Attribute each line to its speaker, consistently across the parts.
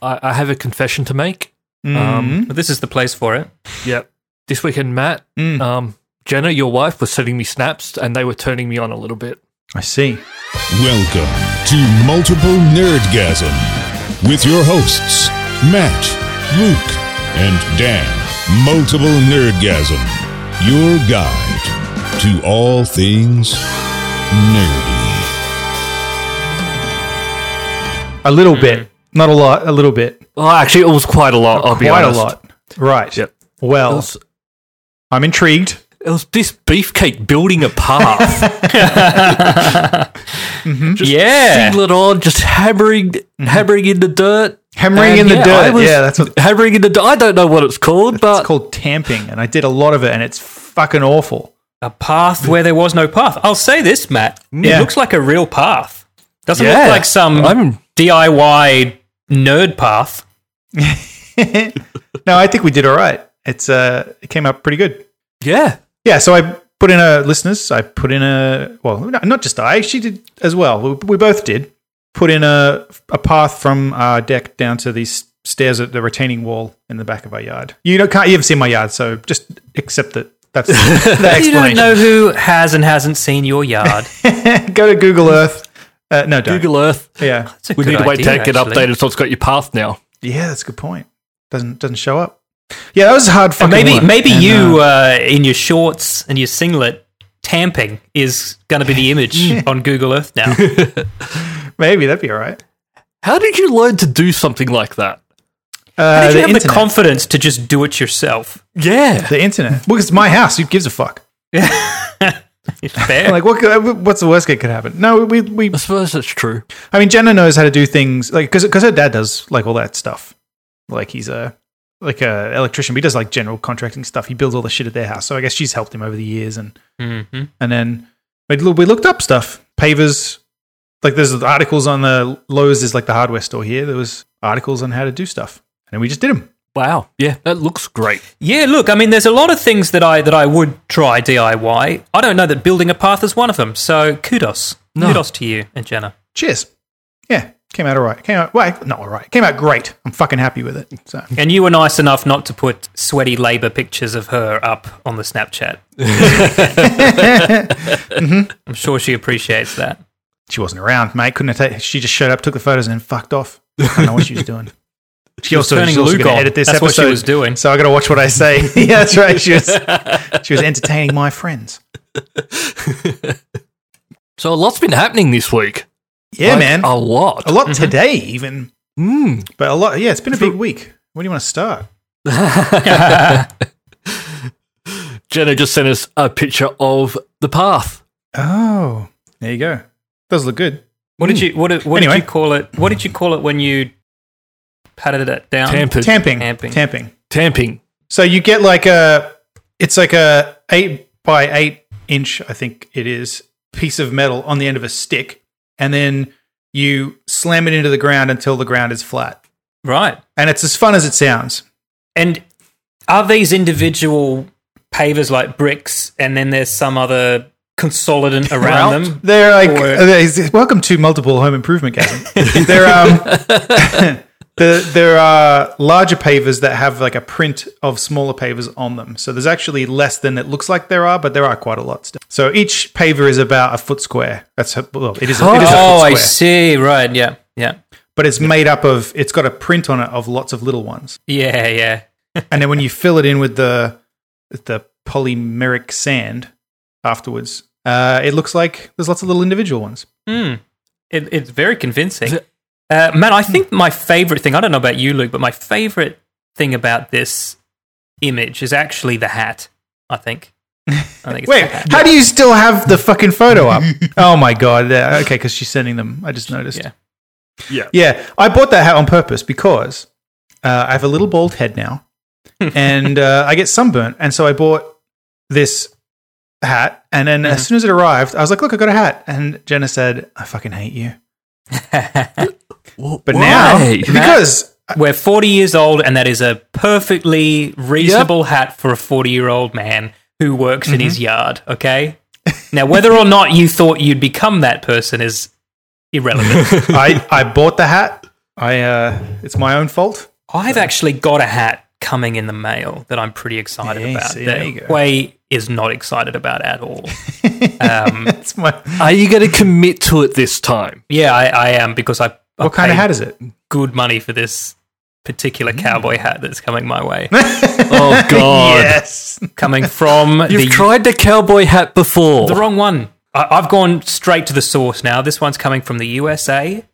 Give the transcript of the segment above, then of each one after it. Speaker 1: I, I have a confession to make.
Speaker 2: Um,
Speaker 3: Mm-hmm.
Speaker 1: Um,
Speaker 2: but this is the place for it.
Speaker 1: Yep. This weekend, Matt,
Speaker 2: Mm.
Speaker 1: um, Jenna, your wife, was sending me snaps and they were turning me on a little bit.
Speaker 2: I see.
Speaker 4: Welcome to Multiple Nerdgasm with your hosts, Matt, Luke, and Dan. Multiple Nerdgasm, your guide to all things nerdy.
Speaker 3: A little
Speaker 1: Hmm.
Speaker 3: bit, not a lot. A little bit,
Speaker 1: Well, Oh, actually, it was quite a lot, I'll be
Speaker 3: quite
Speaker 1: honest.
Speaker 3: a lot. Right.
Speaker 1: Yep. It
Speaker 3: Well,
Speaker 1: was,
Speaker 3: I'm intrigued.
Speaker 1: it was this beefcake building a path.
Speaker 2: yeah.
Speaker 1: Single it on, just hammering, hammering in the dirt.
Speaker 3: Mm-hmm. Hammering
Speaker 1: And
Speaker 3: in the
Speaker 1: yeah, I
Speaker 3: dirt.
Speaker 1: was-
Speaker 3: yeah, that's what
Speaker 1: Hammering in the dirt. I don't know what it's called, but
Speaker 3: it's called tamping, and I did a lot of it, and it's fucking awful.
Speaker 2: A path where there was no path. I'll say this, Matt. It
Speaker 3: Yeah.
Speaker 2: looks like a real path. Doesn't
Speaker 1: Yeah.
Speaker 2: look like some
Speaker 1: I'm-
Speaker 2: DIY nerd path.
Speaker 3: No, I think we did all right. It's uh, it came up pretty good.
Speaker 1: yeah.
Speaker 3: Yeah, so I put in a listeners. I put in a well, no, not just I. She did as well. We, we both did put in a a path from our deck down to these stairs at the retaining wall in the back of our yard. You know, can't you haven't seen my yard, so just accept that. That's the
Speaker 2: You don't
Speaker 3: explanation.
Speaker 2: know who has and hasn't seen your yard.
Speaker 3: Go to Google Earth. Uh, no, don't.
Speaker 1: Google Earth.
Speaker 3: Yeah,
Speaker 2: That's a
Speaker 1: We
Speaker 2: good
Speaker 1: need to wait
Speaker 2: idea,
Speaker 1: to get
Speaker 2: actually.
Speaker 1: updated so it's got your path now.
Speaker 3: yeah, that's a good point. Doesn't doesn't show up. Yeah, that was a hard.
Speaker 2: And
Speaker 3: Fucking
Speaker 2: maybe
Speaker 3: one.
Speaker 2: maybe
Speaker 3: And,
Speaker 2: you uh, in your shorts and your singlet tamping is going to be the image on Google Earth now.
Speaker 3: uh, maybe that'd be all right.
Speaker 1: How did you learn to do something like that?
Speaker 3: Uh,
Speaker 2: How did you have the
Speaker 3: internet.
Speaker 2: confidence to just do it yourself?
Speaker 1: Yeah.
Speaker 3: the internet. Well, it's my house. Who gives a fuck?
Speaker 2: Fair.
Speaker 3: Like, what? could- What's the worst that could happen? No, we we
Speaker 1: I suppose that's true.
Speaker 3: I mean, Jenna knows how to do things like because her dad does like all that stuff. Like he's a like a electrician, but he does like general contracting stuff. He builds all the shit at their house, so I guess she's helped him over the years. And
Speaker 2: Mhm.
Speaker 3: and then we loo- we looked up stuff, pavers. Like there's articles on the Lowe's is like the hardware store here. There was articles on how to do stuff, and we just did them.
Speaker 1: Wow. Yeah, that looks great.
Speaker 2: Yeah, look, I mean, there's a lot of things that I that I would try DIY. I don't know that building a path is one of them. So kudos, kudos to you and Jenna.
Speaker 3: Cheers. Yeah, came out all right. Came out well, not all right. Came out great. I'm fucking happy with it. So
Speaker 2: And you were nice enough not to put sweaty labour pictures of her up on the Snapchat. I'm sure she appreciates that.
Speaker 3: she wasn't around, mate. Couldn't have ta- she just showed up, took the photos, and then fucked off. I don't know what she was doing. She
Speaker 2: was
Speaker 3: also
Speaker 2: turning
Speaker 3: she's also
Speaker 2: Luke
Speaker 3: gonna
Speaker 2: on.
Speaker 3: edit this
Speaker 2: That's what she
Speaker 3: episode,
Speaker 2: was doing.
Speaker 3: So I got to watch what I say. yeah, that's right. She was she was entertaining my friends.
Speaker 1: So a lot's been happening this week.
Speaker 3: Yeah,
Speaker 1: Like,
Speaker 3: man.
Speaker 1: A lot.
Speaker 3: a lot
Speaker 2: Mm-hmm.
Speaker 3: today, even.
Speaker 1: Mm.
Speaker 3: But a lot. Yeah, it's been a big week. Where do you want to start?
Speaker 1: Jenna just sent us a picture of the path.
Speaker 3: Oh, there you go. Does look good.
Speaker 2: What did you what, did- what
Speaker 3: Anyway.
Speaker 2: did you call it? What did you call it when you patted it down?
Speaker 1: Tampered.
Speaker 3: Tamping.
Speaker 2: Tamping.
Speaker 3: Tamping.
Speaker 1: Tamping.
Speaker 3: So you get like a, it's like a eight by eight inch, I think it is, piece of metal on the end of a stick, and then you slam it into the ground until the ground is flat.
Speaker 2: Right.
Speaker 3: And it's as fun as it sounds.
Speaker 2: And are these individual pavers like bricks, and then there's some other consolidant around
Speaker 3: Route.
Speaker 2: them?
Speaker 3: They're like,
Speaker 2: Or-
Speaker 3: uh, they- welcome to multiple home improvement gasm. they're um, the, there are larger pavers that have like a print of smaller pavers on them. So there's actually less than it looks like there are, but there are quite a lot still. So each paver is about a foot square. That's how- well, it is. A, it is a
Speaker 2: Oh,
Speaker 3: foot
Speaker 2: I
Speaker 3: square.
Speaker 2: see. Right. Yeah. Yeah.
Speaker 3: but it's made up of it's got a print on it of lots of little ones
Speaker 2: Yeah. Yeah.
Speaker 3: and then when you fill it in with the with the polymeric sand afterwards uh, it looks like there's lots of little individual ones
Speaker 2: Hmm. It, it's very convincing. Uh, Matt, I think my favorite thing, I don't know about you, Luke, but my favorite thing about this image is actually the hat, I think. I think it's
Speaker 3: wait
Speaker 2: the hat.
Speaker 3: how do you still have the fucking photo up oh my god yeah, okay because she's sending them i just noticed
Speaker 2: Yeah.
Speaker 1: Yeah.
Speaker 3: yeah i bought that hat on purpose because uh, i have a little bald head now and uh, i get sunburnt and so i bought this hat and then
Speaker 2: Mm-hmm.
Speaker 3: as soon as it arrived i was like look i got a hat and jenna said i fucking hate you But now, because
Speaker 2: We're 40 years old, and that is a perfectly reasonable hat for a 40 year old man who works in
Speaker 3: Mm-hmm.
Speaker 2: his yard, okay? Now, whether or not you thought you'd become that person is irrelevant.
Speaker 3: I, I bought the hat, I uh, it's my own fault.
Speaker 2: I've actually got a hat coming in the mail that I'm pretty excited
Speaker 3: Yeah, you
Speaker 2: about.
Speaker 3: see, there you
Speaker 2: that
Speaker 3: go.
Speaker 2: Way is not excited about at all.
Speaker 3: It's my
Speaker 1: Are you going to commit to it this time?
Speaker 2: yeah, I, I am because I, I
Speaker 3: what kind of
Speaker 2: paid
Speaker 3: hat is Mm. it?
Speaker 2: good money for this particular cowboy hat that's coming my way,
Speaker 1: Oh God!
Speaker 3: Yes,
Speaker 2: coming from
Speaker 1: You've
Speaker 2: the
Speaker 1: tried the cowboy hat before.
Speaker 2: the wrong one. I, I've gone straight to the source now. This one's coming from the USA.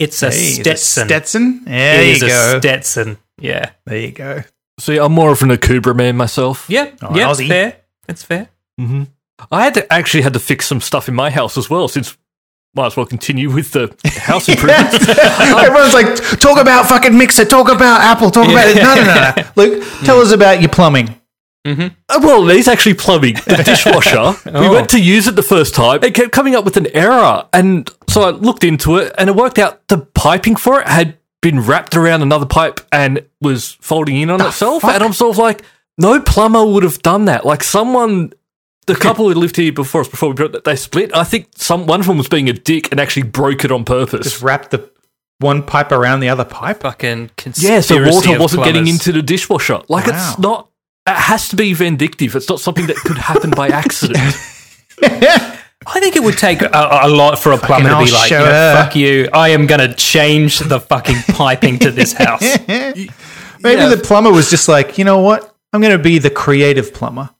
Speaker 2: It's a
Speaker 3: Hey, is it
Speaker 2: Stetson.
Speaker 3: Stetson.
Speaker 2: It
Speaker 3: There
Speaker 2: is
Speaker 3: you
Speaker 2: a
Speaker 3: go.
Speaker 2: Stetson. Yeah.
Speaker 3: there you go.
Speaker 1: See, I'm more of an Akubra man myself.
Speaker 2: Yeah.
Speaker 3: Oh,
Speaker 2: yeah.
Speaker 3: Aussie.
Speaker 2: Fair. That's fair.
Speaker 1: I had to, actually had to fix some stuff in my house as well, since might as well continue with the house improvements.
Speaker 3: Everyone's like, talk about fucking mixer, talk about Apple, talk about it. No, no, no, no. Luke, tell us about your plumbing.
Speaker 1: Uh, Well, there's actually plumbing. The dishwasher. We
Speaker 2: Oh.
Speaker 1: went to use it the first time. It kept coming up with an error. And so I looked into it and it worked out the piping for it had been wrapped around another pipe and was folding in on itself.
Speaker 3: fuck?
Speaker 1: And I'm sort of like, no plumber would have done that. Like someone, the couple who lived here before us, before we built it, they split. I think some one of them was being a dick and actually broke it on purpose.
Speaker 3: Just wrap the one pipe around the other pipe.
Speaker 2: Fucking conspiracy.
Speaker 1: Yeah, so water
Speaker 2: of
Speaker 1: wasn't getting
Speaker 2: plumbers.
Speaker 1: into the dishwasher. Like
Speaker 3: Wow.
Speaker 1: it's not. It has to be vindictive. It's not something that could happen by accident.
Speaker 2: I think it would take a, a lot for a plumber to
Speaker 3: I'll
Speaker 2: be like,
Speaker 3: show
Speaker 2: "Yeah,
Speaker 3: her."
Speaker 2: fuck you. I am going to change the fucking piping to this house. Yeah.
Speaker 3: Maybe
Speaker 1: Yeah.
Speaker 3: the plumber was just like, you know what? I'm going to be the creative plumber.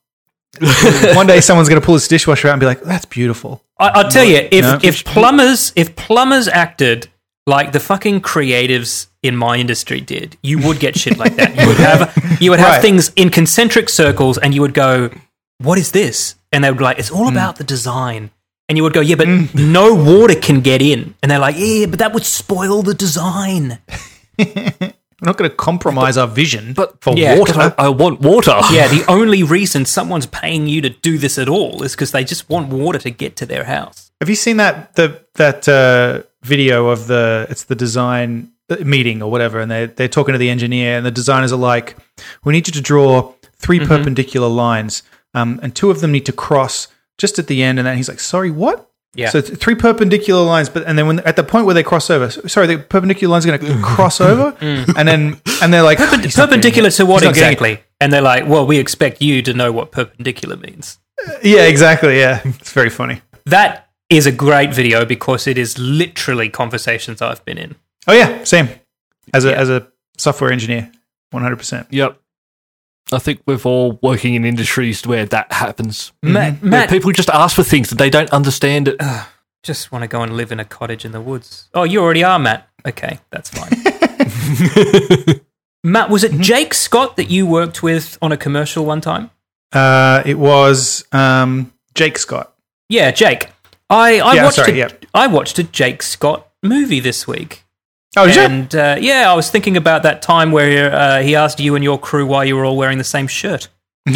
Speaker 3: one day someone's going to pull this dishwasher out and be like, that's beautiful.
Speaker 2: I, I'll tell you, if,
Speaker 3: No.
Speaker 2: if plumbers if plumbers acted like the fucking creatives in my industry did, you would get shit like that. You would have you would have
Speaker 3: Right.
Speaker 2: things in concentric circles, and you would go, "What is this?" And they would be like, "It's all about the design." And you would go, "Yeah, but no water can get in." And they're like, "Yeah, but that would spoil the design."
Speaker 3: We're not going to compromise our vision
Speaker 1: but-
Speaker 3: for
Speaker 2: Yeah.
Speaker 3: water.
Speaker 1: I, I want water.
Speaker 2: Yeah, the only reason someone's paying you to do this at all is because they just want water to get to their house.
Speaker 3: Have you seen that the that uh, video of the it's the design uh, meeting or whatever, and they they're talking to the engineer, and the designers are like, "We need you to draw 3 perpendicular lines, um, and two of them need to cross just at the end." And then he's like, "Sorry, what?"
Speaker 2: Yeah.
Speaker 3: So th- three perpendicular lines, but and then when at the point where they cross over, s- sorry, the perpendicular line's going to cross over, and then and they're like "He's not getting
Speaker 2: perpendicular
Speaker 3: it.
Speaker 2: to what
Speaker 3: He's not getting it."
Speaker 2: exactly? And they're like, well, we expect you to know what perpendicular means.
Speaker 3: Yeah, exactly. Yeah, it's very funny.
Speaker 2: That is a great video because it is literally conversations I've been in.
Speaker 3: Oh yeah, same as a as a software engineer, one hundred percent.
Speaker 1: Yep. I think we're all working in industries where that happens.
Speaker 2: Matt,
Speaker 1: Where
Speaker 2: Matt
Speaker 1: people just ask for things that they don't understand. It.
Speaker 2: just want to go and live in a cottage in the woods. Oh, you already are, Matt. Okay, that's fine. Matt, was it Jake Scott that you worked with on a commercial one time?
Speaker 3: Uh, it was um, Jake Scott.
Speaker 2: Yeah, Jake. I, I
Speaker 3: Yeah,
Speaker 2: watched
Speaker 3: sorry,
Speaker 2: a,
Speaker 3: yeah.
Speaker 2: I watched a Jake Scott movie this week.
Speaker 3: Oh, did you?
Speaker 2: and uh, yeah, I was thinking about that time where uh, he asked you and your crew why you were all wearing the same shirt.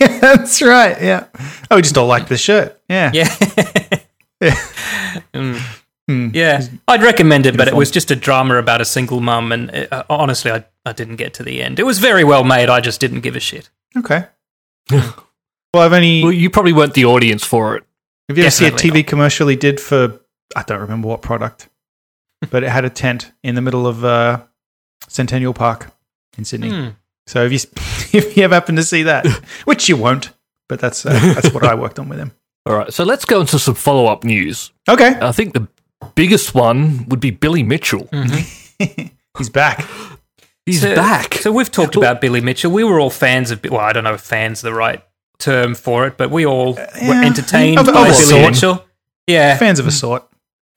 Speaker 3: That's right. Yeah. Oh, we just all like the shirt. Yeah.
Speaker 2: Yeah. Mm.
Speaker 3: Hmm.
Speaker 2: Yeah, I'd recommend it, but it was just a drama about a single mum, and uh, honestly, I, I didn't get to the end. It was very well made. I just didn't give a shit.
Speaker 3: Okay. well, I've only.
Speaker 1: Well, you probably weren't the audience for it.
Speaker 3: Have you ever seen a
Speaker 2: Definitely
Speaker 3: TV commercial he did for? I don't remember what product, but it had a tent in the middle of uh, Centennial Park in Sydney. So if you if you ever happen to see that, which you won't, but that's uh, that's what I worked on with him.
Speaker 1: All right, so let's go into some follow up news.
Speaker 3: Okay,
Speaker 1: I think the biggest one would be Billy Mitchell.
Speaker 3: he's back.
Speaker 1: He's
Speaker 2: Mm. So-
Speaker 1: back.
Speaker 2: So we've talked about Billy Mitchell. We were all fans of. Well, I don't know if fans the right term for it, but we all were
Speaker 3: yeah.
Speaker 2: entertained
Speaker 3: Of- of
Speaker 2: by
Speaker 3: a
Speaker 2: Billy
Speaker 3: sort.
Speaker 2: Mitchell. Yeah,
Speaker 3: Fans of a sort.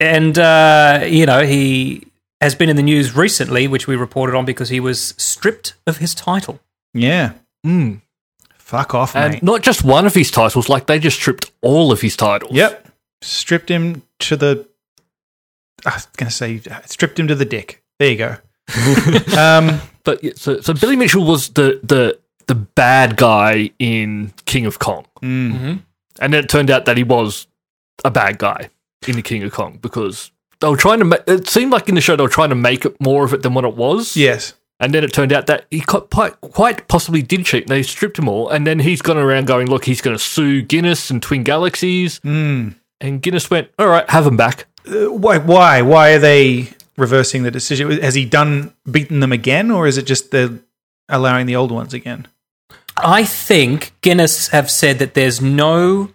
Speaker 2: and uh, you know he has been in the news recently, which we reported on because he was stripped of his title.
Speaker 3: Yeah. Hmm.
Speaker 1: Mm.
Speaker 3: Fuck off,
Speaker 1: and
Speaker 3: mate.
Speaker 1: not just one of his titles, like they just stripped all of his titles.
Speaker 3: Yep. Stripped him to the. I was going to say, stripped him to the dick. There you go. um,
Speaker 1: But yeah, so, so Billy Mitchell was the, the, the bad guy in King of Kong. And then it turned out that he was a bad guy in the King of Kong because they were trying to make it seemed like in the show they were trying to make it more of it than what it was.
Speaker 3: yes.
Speaker 1: And then it turned out that he quite, quite- quite possibly did cheat. They stripped him all. And then he's gone around going, look, he's going to sue Guinness and Twin Galaxies.
Speaker 3: Mm.
Speaker 1: And Guinness went, all right, have him back.
Speaker 3: Uh, Why? Why? Why are they? reversing the decision? Has he done beaten them again, or is it just the allowing the old ones again?
Speaker 2: I think Guinness have said that there's no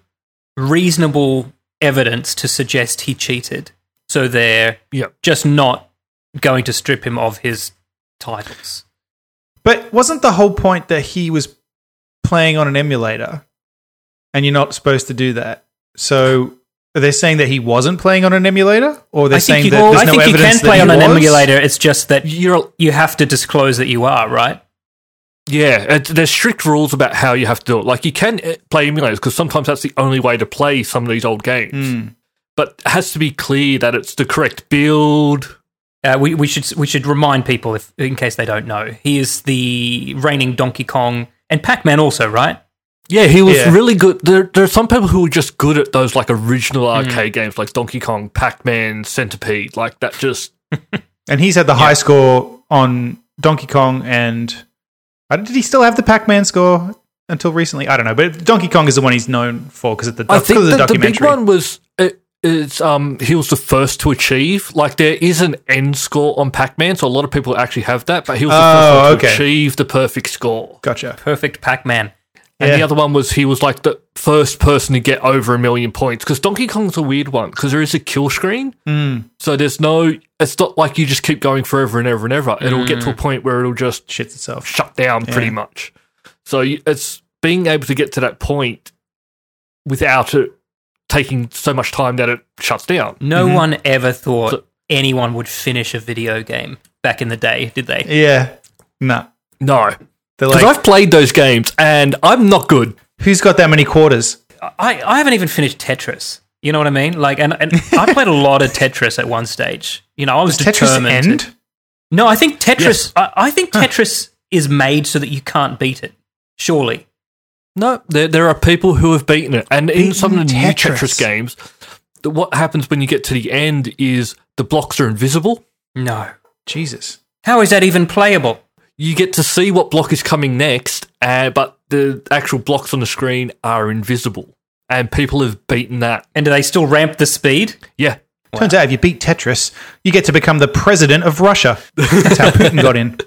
Speaker 2: reasonable evidence to suggest he cheated. So they're
Speaker 1: Yep.
Speaker 2: just not going to strip him of his titles.
Speaker 3: But wasn't the whole point that he was playing on an emulator, and you're not supposed to do that? So are they saying that he wasn't playing on an emulator, or they're
Speaker 2: I think,
Speaker 3: saying
Speaker 2: you,
Speaker 3: that
Speaker 2: I
Speaker 3: there's no
Speaker 2: think you
Speaker 3: evidence
Speaker 2: can play
Speaker 3: that
Speaker 2: on
Speaker 3: he
Speaker 2: an
Speaker 3: was?
Speaker 2: emulator. It's just that
Speaker 1: You're
Speaker 2: you have to disclose that you are, right?
Speaker 1: Yeah, it, there's strict rules about how you have to do it. Like you can eh, play emulators because sometimes that's the only way to play some of these old games.
Speaker 3: Hmm.
Speaker 1: But it has to be clear that it's the correct build.
Speaker 2: Uh, we, we should we should remind people if in case they don't know. He is the reigning Donkey Kong and Pac Man also, right?
Speaker 1: Yeah, he was
Speaker 3: Yeah.
Speaker 1: really good. There, there are some people who are just good at those like original
Speaker 3: Hmm.
Speaker 1: arcade games, like Donkey Kong, Pac Man, Centipede, like that. Just
Speaker 3: And he's had the high score on Donkey Kong and. I don't- Did he still have the Pac Man score until recently? I don't know. But Donkey Kong is the one he's known for because of the,
Speaker 1: I
Speaker 3: doc-
Speaker 1: think
Speaker 3: because of the
Speaker 1: that the big
Speaker 3: documentary.
Speaker 1: one was it, it's um he was the first to achieve. Like there is an end score on Pac Man, so a lot of people actually have that. But he was the
Speaker 3: Oh,
Speaker 1: first one to
Speaker 3: okay.
Speaker 1: achieve the perfect score.
Speaker 3: gotcha.
Speaker 2: Perfect Pac Man.
Speaker 1: And the
Speaker 3: Yeah.
Speaker 1: other one was he was like the first person to get over a million points because Donkey Kong's a weird one because there is a kill screen. So there's no, it's not like you just keep going forever and ever and ever. It'll get to a point where it'll just sh-
Speaker 3: Shits itself.
Speaker 1: shut down pretty much. So you- it's being able to get to that point without it taking so much time that it shuts down.
Speaker 2: No
Speaker 3: Mm-hmm.
Speaker 2: one ever thought anyone would finish a video game back in the day, did they?
Speaker 3: Yeah. Nah.
Speaker 1: No.
Speaker 3: They're
Speaker 1: Because
Speaker 3: like,
Speaker 1: I've played those games and I'm not good.
Speaker 3: who's got that many quarters?
Speaker 2: I, I haven't even finished Tetris. You know what I mean? Like, and, and I played a lot of Tetris at one stage. You know, I was
Speaker 3: Tetris
Speaker 2: determined. to-
Speaker 3: end?
Speaker 2: No, I think Tetris.
Speaker 1: Yes.
Speaker 2: I, I think Tetris is made so that you can't beat it. Surely,
Speaker 1: No, there, there are people who have beaten it. And in some of the new
Speaker 3: Tetris.
Speaker 1: Tetris games, the, what happens when you get to the end is the blocks are invisible.
Speaker 2: no.
Speaker 3: Jesus.
Speaker 2: How is that even playable?
Speaker 1: You get to see what block is coming next, uh, but the actual blocks on the screen are invisible. And people have beaten that.
Speaker 2: And do they still ramp the speed?
Speaker 1: Yeah.
Speaker 3: Turns out if you beat Tetris, you get to become the president of Russia. That's how Putin got in.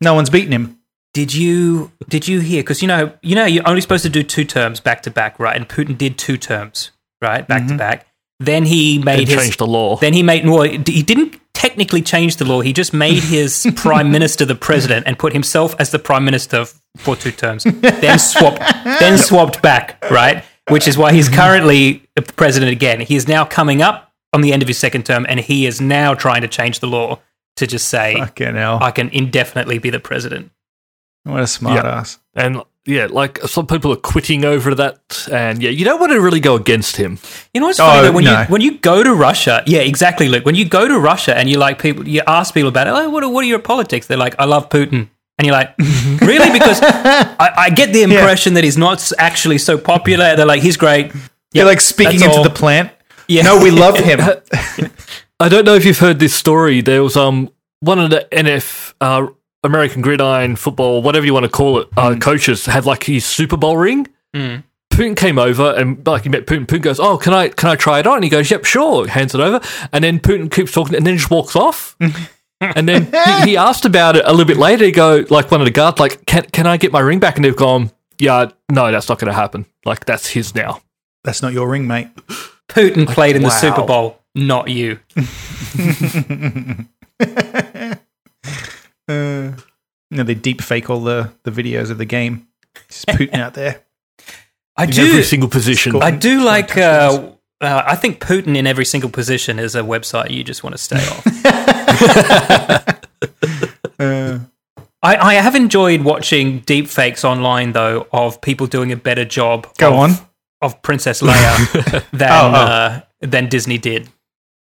Speaker 3: No one's beaten him.
Speaker 2: Did you did you hear? Because you know you know you're only supposed to do two terms back to back, right? And Putin did two terms, right, back to back. Mm-hmm. Then he
Speaker 1: And
Speaker 2: made his
Speaker 1: changed the law.
Speaker 2: Then he made well, he didn't technically change the law. He just made his prime minister the president and put himself as the prime minister f- for two terms. Then swapped, then swapped back, right? Which is why he's currently the president again. He is now coming up on the end of his second term, and he is now trying to change the law to just say
Speaker 3: Fucking hell.
Speaker 2: I can indefinitely be the president.
Speaker 3: What a smartass.
Speaker 1: and yeah, like some people are quitting over that. And yeah, you don't want to really go against him.
Speaker 2: You know what's
Speaker 3: Oh,
Speaker 2: funny though, when
Speaker 3: no.
Speaker 2: you when you go to Russia, yeah, exactly, Luke. When you go to Russia and you like people, you ask people about it. Oh, what are, what are your politics? They're like, I love Putin, and you're like, really? Because I, I get the impression that he's not s- actually so popular. They're like, he's great.
Speaker 3: You're like speaking
Speaker 2: that's
Speaker 3: into
Speaker 2: all.
Speaker 3: the plant.
Speaker 2: Yeah.
Speaker 3: No, we love him.
Speaker 1: I don't know if you've heard this story. There was um one of the NF uh, American Gridiron football, whatever you want to call it, uh, coaches had like his Super Bowl ring. Putin came over and like he met Putin. Putin goes, "Oh, can I can I try it on?" And he goes, "Yep, sure." Hands it over, and then Putin keeps talking, and then just walks off. and then he, he asked about it a little bit later. He go like one of the guards, like, "Can can I get my ring back?" And they've gone, "Yeah, no, that's not going to happen. Like that's his now."
Speaker 3: That's not your ring, mate.
Speaker 2: Putin played in the
Speaker 3: wow.
Speaker 2: Super Bowl, not you.
Speaker 3: Uh, you know, they deep fake all the, the videos of the game. It's just Putin out there.
Speaker 2: I
Speaker 1: In
Speaker 2: do.
Speaker 1: every single position.
Speaker 3: Cool.
Speaker 2: I do like. Uh, uh, I think Putin in every single position is a website you just want to stay off.
Speaker 3: Uh,
Speaker 2: I, I have enjoyed watching deepfakes online though of people doing a better job.
Speaker 3: Go
Speaker 2: of,
Speaker 3: on.
Speaker 2: of Princess Leia than
Speaker 3: Oh, oh.
Speaker 2: Uh, than Disney did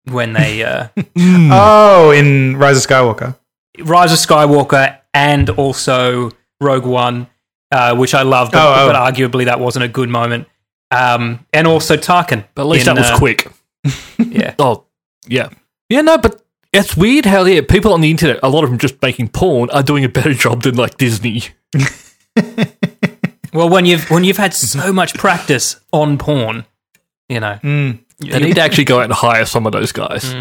Speaker 2: when they uh,
Speaker 3: Oh, in Rise of Skywalker.
Speaker 2: Rise of Skywalker and also Rogue One, uh, which I love, but,
Speaker 3: Oh, oh.
Speaker 2: but arguably that wasn't a good moment. Um, and also Tarkin,
Speaker 1: But at least
Speaker 2: in,
Speaker 1: that was
Speaker 2: uh,
Speaker 1: quick.
Speaker 2: Yeah,
Speaker 1: Oh, yeah. Yeah, no, but it's weird how yeah, people on the internet, a lot of them just making porn, are doing a better job than like Disney.
Speaker 2: well when you've when you've had so much practice on porn, you know
Speaker 3: Hmm.
Speaker 2: Mm.
Speaker 1: They need to actually go out and hire some of those guys.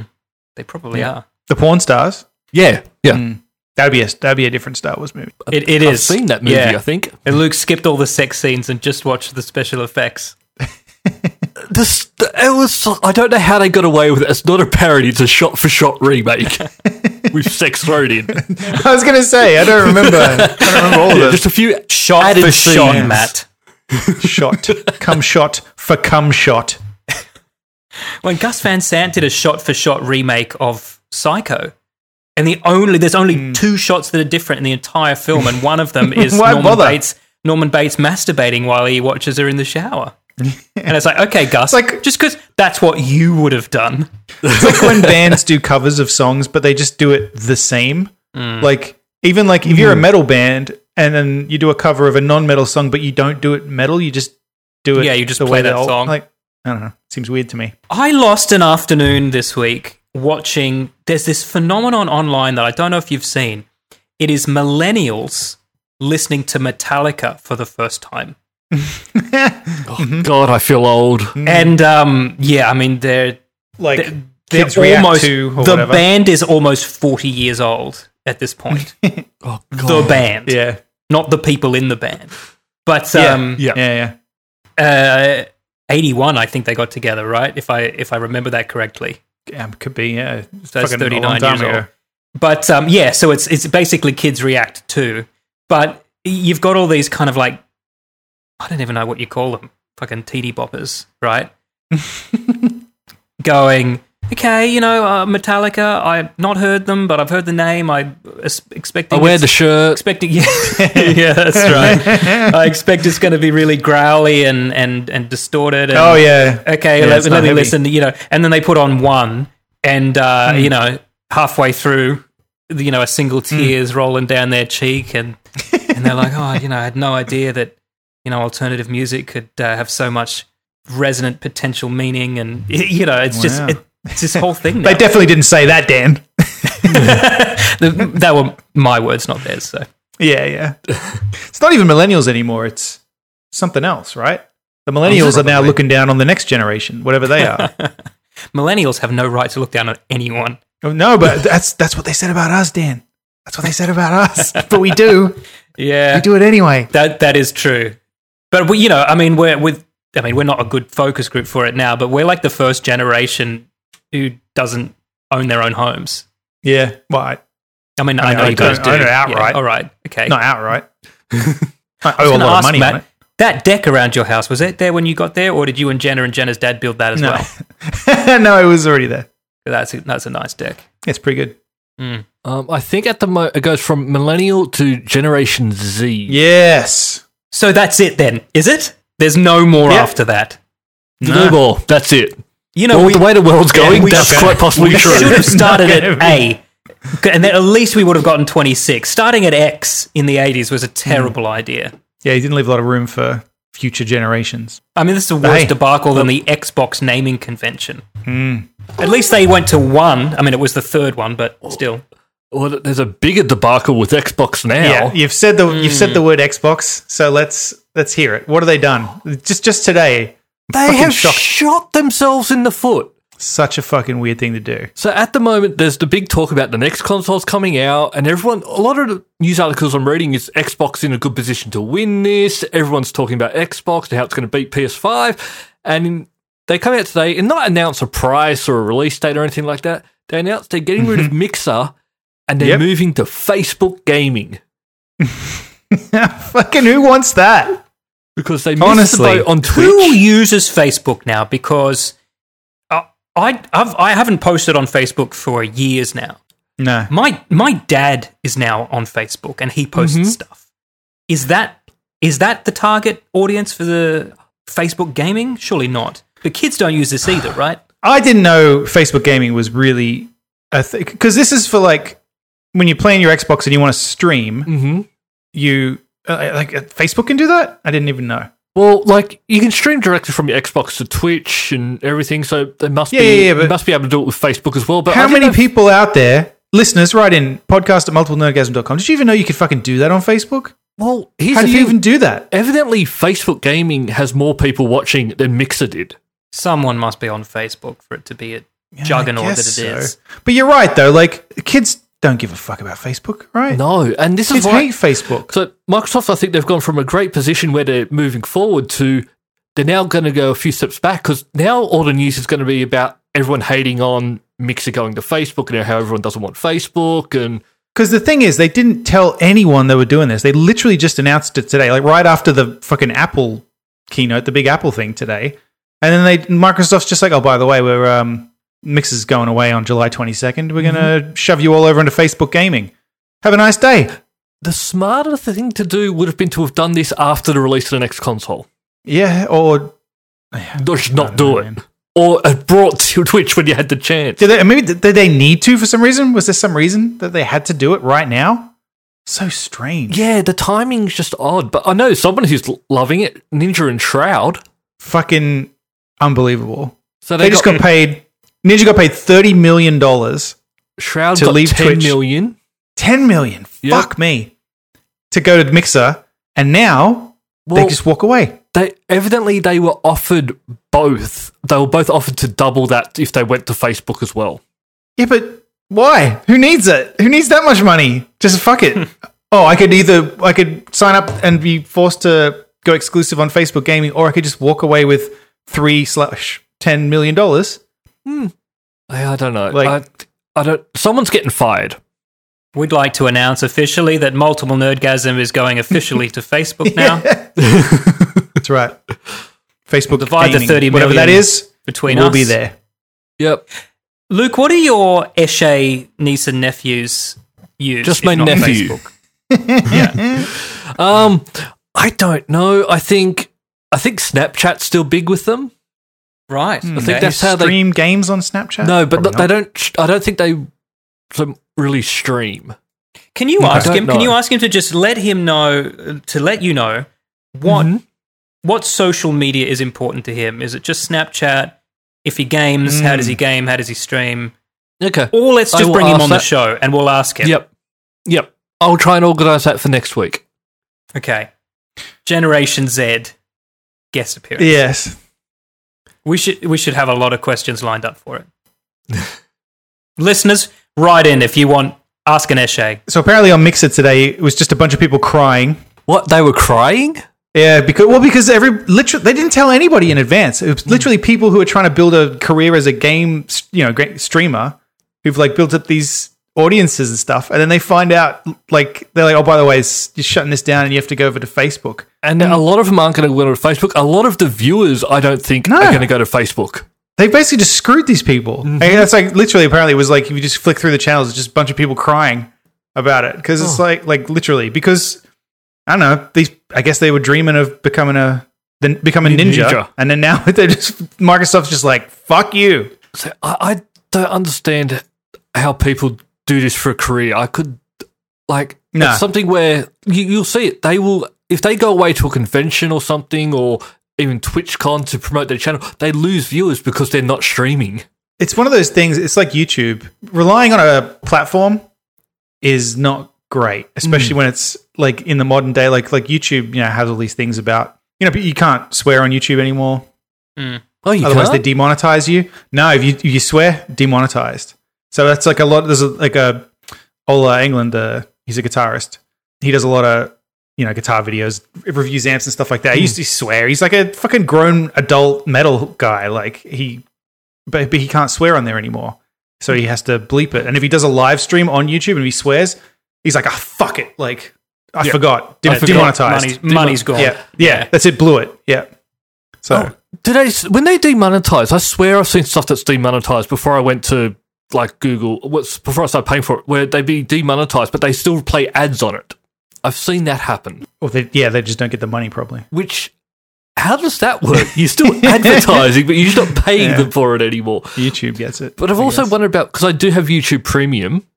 Speaker 2: They probably are.
Speaker 3: The porn stars.
Speaker 1: Yeah, yeah.
Speaker 3: That'd be a that'd be a different Star Wars movie.
Speaker 2: It, it
Speaker 1: I've
Speaker 2: is.
Speaker 1: seen that movie.
Speaker 2: Yeah.
Speaker 1: I think
Speaker 2: And Luke skipped all the sex scenes and just watched the special effects.
Speaker 1: this. It was. I don't know how they got away with it. It's not a parody. It's a shot-for-shot remake with sex thrown in.
Speaker 3: I was gonna say I don't remember. I don't remember all
Speaker 1: Yeah,
Speaker 3: of
Speaker 1: just a few
Speaker 2: Shot
Speaker 1: added
Speaker 2: for
Speaker 1: scenes.
Speaker 2: shot, Matt.
Speaker 3: this. Shot, cum shot for cum shot.
Speaker 2: When Gus Van Sant did a shot for shot remake of Psycho, and the only there's only two shots that are different in the entire film, and one of them is
Speaker 3: Why
Speaker 2: Norman
Speaker 3: bother?
Speaker 2: Bates Norman Bates masturbating while he watches her in the shower. and it's like, okay, Gus,
Speaker 3: like-
Speaker 2: like, just because that's what you would have done.
Speaker 3: It's like when bands do covers of songs, but they just do it the same.
Speaker 2: Mm.
Speaker 3: Like even like if you're a metal band and then you do a cover of a non-metal song, but you don't do it metal, you just do it.
Speaker 2: Yeah, you just
Speaker 3: the
Speaker 2: play
Speaker 3: way
Speaker 2: that
Speaker 3: they all-
Speaker 2: song.
Speaker 3: Like I don't know, seems weird to me.
Speaker 2: I lost an afternoon this week watching. There's this phenomenon online that I don't know if you've seen. It is millennials listening to Metallica for the first time.
Speaker 1: oh, God, I feel old.
Speaker 2: And um, yeah, I mean, they're,
Speaker 3: Like
Speaker 2: they're, they're
Speaker 3: kids react
Speaker 2: almost.
Speaker 3: to or
Speaker 2: the
Speaker 3: whatever.
Speaker 2: band is almost 40 years old at this point.
Speaker 1: Oh
Speaker 2: the
Speaker 1: God.
Speaker 2: band.
Speaker 3: yeah,
Speaker 2: Not the people in the band. But
Speaker 3: yeah,
Speaker 2: um,
Speaker 3: yeah, yeah.
Speaker 2: Uh, 81, I think they got together, right? If I, if I remember that correctly.
Speaker 3: Yeah, Um, could be. Yeah, It's
Speaker 2: So it's
Speaker 3: fucking a long
Speaker 2: 39
Speaker 3: time
Speaker 2: years
Speaker 3: ago.
Speaker 2: old. But um, yeah, so it's it's basically kids react to, but you've got all these kind of like I don't even know what you call them, fucking TD boppers, right? Going, okay, you know, uh, Metallica. I've not heard them, but I've heard the name. I es-
Speaker 1: I
Speaker 2: expecting
Speaker 1: wear
Speaker 2: it's-
Speaker 1: the shirt.
Speaker 2: expecting yeah, yeah, that's right. I expect it's going to be really growly and and and distorted. And,
Speaker 3: Oh yeah.
Speaker 2: okay,
Speaker 3: Yeah,
Speaker 2: let,
Speaker 3: it's
Speaker 2: let
Speaker 3: not
Speaker 2: me
Speaker 3: heavy. Hmm.
Speaker 2: listen, you know, and then they put on one, and uh, you know, halfway through, you know, a single tear is rolling down their cheek, and and they're like, oh, you know, I had no idea that you know alternative music could uh, have so much resonant potential meaning, and you know, it's just
Speaker 3: Wow.
Speaker 2: it, it's this whole thing.
Speaker 3: They
Speaker 2: now.
Speaker 3: definitely didn't say that, Dan.
Speaker 2: The- that were my words, not theirs. So
Speaker 3: Yeah, yeah. it's not even millennials anymore. It's something else, right? The millennials are now looking down on the next generation, whatever they are.
Speaker 2: millennials have no right to look down on anyone.
Speaker 3: Oh, no, but that's that's what they said about us, Dan. That's what they said about us. But we do.
Speaker 2: Yeah,
Speaker 3: We do it anyway.
Speaker 2: That that is true. But we, you know, I mean, we're with. I mean, we're not a good focus group for it now, but we're like the first generation who doesn't own their own homes.
Speaker 3: Yeah. Well, I,
Speaker 2: I mean,
Speaker 3: I
Speaker 2: I,
Speaker 3: mean,
Speaker 2: know
Speaker 3: I
Speaker 2: you guys
Speaker 3: don't
Speaker 2: do.
Speaker 3: own it
Speaker 2: Yeah,
Speaker 3: outright.
Speaker 2: all right. Okay.
Speaker 3: not outright. I
Speaker 2: I
Speaker 3: owe
Speaker 2: was
Speaker 3: a
Speaker 2: gonna
Speaker 3: lot of
Speaker 2: ask,
Speaker 3: money
Speaker 2: Matt,
Speaker 3: on it.
Speaker 2: That deck around your house was it there when you got there, or did you and Jenna and Jenna's dad build that as
Speaker 3: No.
Speaker 2: well?
Speaker 3: no, it was already there.
Speaker 2: That's a, that's a nice deck.
Speaker 3: It's pretty good.
Speaker 1: Um, I think at the mo- it goes from millennial to Generation Z.
Speaker 3: Yes.
Speaker 2: So that's it then, is it? There's no more
Speaker 3: Yeah.
Speaker 2: after that.
Speaker 1: No more. That's it.
Speaker 2: You know,
Speaker 1: Well,
Speaker 2: we,
Speaker 1: the way the world's going,
Speaker 2: we
Speaker 1: that's
Speaker 2: should-
Speaker 1: quite possibly
Speaker 2: we
Speaker 1: true.
Speaker 2: should have started
Speaker 3: Not
Speaker 2: at
Speaker 3: gonna
Speaker 2: A. And then at least we would have gotten 26. Starting at X in the 80s
Speaker 3: Hmm.
Speaker 2: was a terrible idea.
Speaker 3: Yeah, he didn't leave a lot of room for future generations.
Speaker 2: I mean, this is a worse
Speaker 3: Hey. Hmm.
Speaker 2: debacle than the Xbox naming convention. At least they went to one. I mean, it was the third one, but still.
Speaker 1: Well, there's a bigger debacle with Xbox now.
Speaker 3: Yeah, Hmm. you've said the you've said the word Xbox, so let's let's hear it. What have they done? Just just today,
Speaker 1: They
Speaker 3: fucking
Speaker 1: have
Speaker 3: shocked.
Speaker 1: shot themselves in the foot.
Speaker 3: such a fucking weird thing to do.
Speaker 1: So at the moment, there's the big talk about the next consoles coming out, and everyone, a lot of the news articles I'm reading is Xbox in a good position to win this. Everyone's talking about Xbox and how it's going to beat PS5. And they come out today and not announce a price or a release date or anything like that. They announce they're getting rid of Mixer and they're
Speaker 3: Yep.
Speaker 1: moving to Facebook Gaming
Speaker 3: fucking who wants that?
Speaker 1: because they missed
Speaker 3: Honestly.
Speaker 1: the boat on Twitch.
Speaker 2: Who uses Facebook now? Because uh, I, I've, I haven't posted on Facebook for years now.
Speaker 3: No,
Speaker 2: My my dad is now on Facebook and he posts
Speaker 3: Mm-hmm.
Speaker 2: stuff. Is that is that the target audience for the Facebook gaming? Surely not. But kids don't use this either, right?
Speaker 3: I didn't know Facebook gaming was really a thing because this is for like when you're playing your Xbox and you want to stream.
Speaker 1: Mhm.
Speaker 3: You uh, like uh, Facebook can do that? I didn't even know.
Speaker 1: Well, like you can stream directly from your Xbox to Twitch and everything, so they must
Speaker 3: Yeah,
Speaker 1: be
Speaker 3: yeah, yeah, but-
Speaker 1: you must be able to do it with Facebook as well. But I
Speaker 3: How
Speaker 1: don't
Speaker 3: many
Speaker 1: know if-
Speaker 3: people out there, listeners, write in podcast at multiplenerdgasm.com. Did you even know you could fucking do that on Facebook?
Speaker 1: Well, here's
Speaker 3: How
Speaker 1: the
Speaker 3: do you
Speaker 1: thing.
Speaker 3: even do that?
Speaker 1: Evidently, Facebook gaming has more people watching than Mixer did.
Speaker 2: Someone must be on Facebook for it to be a juggernaut that it
Speaker 3: guess
Speaker 2: is.
Speaker 3: But you're right though. Like kids don't give a fuck about Facebook, right?
Speaker 1: No, and this is
Speaker 3: Kids
Speaker 1: why.
Speaker 3: hate Facebook.
Speaker 1: So Microsoft, I think they've gone from a great position where they're moving forward to they're now going to go a few steps back because now all the news is going to be about everyone hating on Mixer going to Facebook and how everyone doesn't want Facebook and
Speaker 3: Because the thing is, they didn't tell anyone they were doing this. They literally just announced it today, like right after the fucking Apple keynote, the big Apple thing today. And then they Microsoft's just like, oh, by the way, we're um, Mix is going away on July 22nd. We're gonna shove you all over into Facebook gaming. Have a nice day.
Speaker 1: the smarter thing to do would have been to have done this after the release of the next console.
Speaker 3: Yeah, or
Speaker 1: Or just not do
Speaker 3: know,
Speaker 1: it.
Speaker 3: man.
Speaker 1: Or it brought to Twitch when you had the chance.
Speaker 3: did they, maybe did they need to for some reason? Was there some reason that they had to do it right now? So strange.
Speaker 1: Yeah, the timing's just odd. But I know someone who's l- loving it, Ninja and Shroud.
Speaker 3: Fucking unbelievable.
Speaker 1: So
Speaker 3: They, just got paid. Ninja got paid thirty million dollars
Speaker 1: Shroud
Speaker 3: to
Speaker 1: got
Speaker 3: leave
Speaker 1: 10
Speaker 3: Twitch.
Speaker 1: million.
Speaker 3: 10 million.
Speaker 1: Yeah.
Speaker 3: Fuck me. To go to Mixer. And now
Speaker 1: Well,
Speaker 3: they just walk away.
Speaker 1: they evidently they were offered both. They were both offered to double that if they went to Facebook as well.
Speaker 3: Yeah, but why? Who needs it? Who needs that much money? Just fuck it. oh, I could either I could sign up and be forced to go exclusive on Facebook gaming, or I could just walk away with three slash ten million dollars.
Speaker 1: I, I don't know.
Speaker 3: Like-
Speaker 1: I, I don't. Someone's getting fired.
Speaker 2: We'd like to announce officially that multiple nerdgasm is going officially to Facebook now.
Speaker 3: That's right. Facebook
Speaker 2: divide the
Speaker 3: gaming,
Speaker 2: 30
Speaker 3: whatever that
Speaker 2: million
Speaker 3: is,
Speaker 2: Between
Speaker 3: we'll
Speaker 2: us,
Speaker 3: be there.
Speaker 1: Yep.
Speaker 2: Luke, what are your Eshe niece and nephews use?
Speaker 1: Just
Speaker 2: if
Speaker 1: my
Speaker 2: not
Speaker 1: nephew.
Speaker 2: Facebook?
Speaker 1: Um, I don't know. I think I think Snapchat's still big with them.
Speaker 2: Right.
Speaker 1: I think
Speaker 2: okay.
Speaker 1: that's how they.
Speaker 3: Stream games on Snapchat?
Speaker 1: No, but
Speaker 3: Uh, Probably
Speaker 1: they
Speaker 3: not.
Speaker 1: don't. sh- I don't think they some- really stream.
Speaker 2: Can you
Speaker 1: I
Speaker 2: ask
Speaker 1: don't
Speaker 2: him? Can
Speaker 1: know.
Speaker 2: you ask him to just let him know to let you know what
Speaker 1: Mm-hmm.
Speaker 2: what social media is important to him? Is it just Snapchat? If he games, how does he game? How does he stream?
Speaker 1: Okay.
Speaker 2: Or let's
Speaker 1: Mm. I
Speaker 2: just
Speaker 1: will
Speaker 2: bring him
Speaker 1: ask
Speaker 2: on the
Speaker 1: that.
Speaker 2: show and we'll ask him.
Speaker 1: Yep. Yep. I'll try and organise that for next week.
Speaker 2: Okay. Generation Z guest appearance.
Speaker 3: Yes.
Speaker 2: We should we should have a lot of questions lined up for it. Listeners, write in if you want ask an Eshe.
Speaker 3: So apparently on Mixer today, it was just a bunch of people crying.
Speaker 1: What they were crying?
Speaker 3: Yeah, because well, because every literally they didn't tell anybody in advance. It was literally people who are trying to build a career as a game, s- you know, great streamer, who've like built up these audiences and stuff, and then they find out like they're like, oh, by the way, s- you're shutting this down, and you have to go over to Facebook.
Speaker 1: And a lot of them aren't going to go to Facebook. A lot of the viewers, I don't think,
Speaker 3: No.
Speaker 1: are going to go to Facebook.
Speaker 3: They basically just screwed these people. And that's like literally, apparently, it was like if you just flick through the channels, it's just a bunch of people crying about it because it's like like literally because I don't know these. I guess they were dreaming of becoming a then becoming ninja,
Speaker 1: Ninja.
Speaker 3: and then now they're just Microsoft's just like fuck you.
Speaker 1: So I, I don't understand how people do this for a career. I could, like,
Speaker 3: No.
Speaker 1: it's something where you, you'll see it. They will, if they go away to a convention or something, or even TwitchCon to promote their channel, they lose viewers because they're not streaming.
Speaker 3: It's one of those things. It's like YouTube. Relying on a platform is not great, especially when it's like in the modern day. Like like YouTube, you know, has all these things about you know, but you can't swear on YouTube anymore.
Speaker 1: Oh, you
Speaker 3: Otherwise,
Speaker 1: can't?
Speaker 3: they demonetize you. No, if you if you swear, demonetized. So that's like a lot. There's a, like a Ola England. Uh, he's a guitarist. He does a lot of you know guitar videos, reviews amps and stuff like that. He used to swear. He's like a fucking grown adult metal guy. Like he, but, but he can't swear on there anymore. So he has to bleep it. And if he does a live stream on YouTube and he swears, he's like, ah, fuck it. Like I
Speaker 1: Yeah.
Speaker 3: forgot.
Speaker 1: I
Speaker 3: Dem-
Speaker 1: forgot.
Speaker 3: Demonetized.
Speaker 2: Money's, money's gone.
Speaker 3: yeah, yeah, That's it. Blew it. Yeah. So.
Speaker 1: Do they, when they demonetize, I swear I've seen stuff that's demonetized before I went to like Google, what's, before I started paying for it, where they be demonetized, but they still play ads on it. I've seen that happen.
Speaker 3: Well, they, yeah, they just don't get the money probably.
Speaker 1: Which, how does that work? You're still advertising, but you're not paying
Speaker 3: Yeah.
Speaker 1: them for it anymore.
Speaker 3: YouTube gets it.
Speaker 1: But I've also wondered about because I do have YouTube Premium.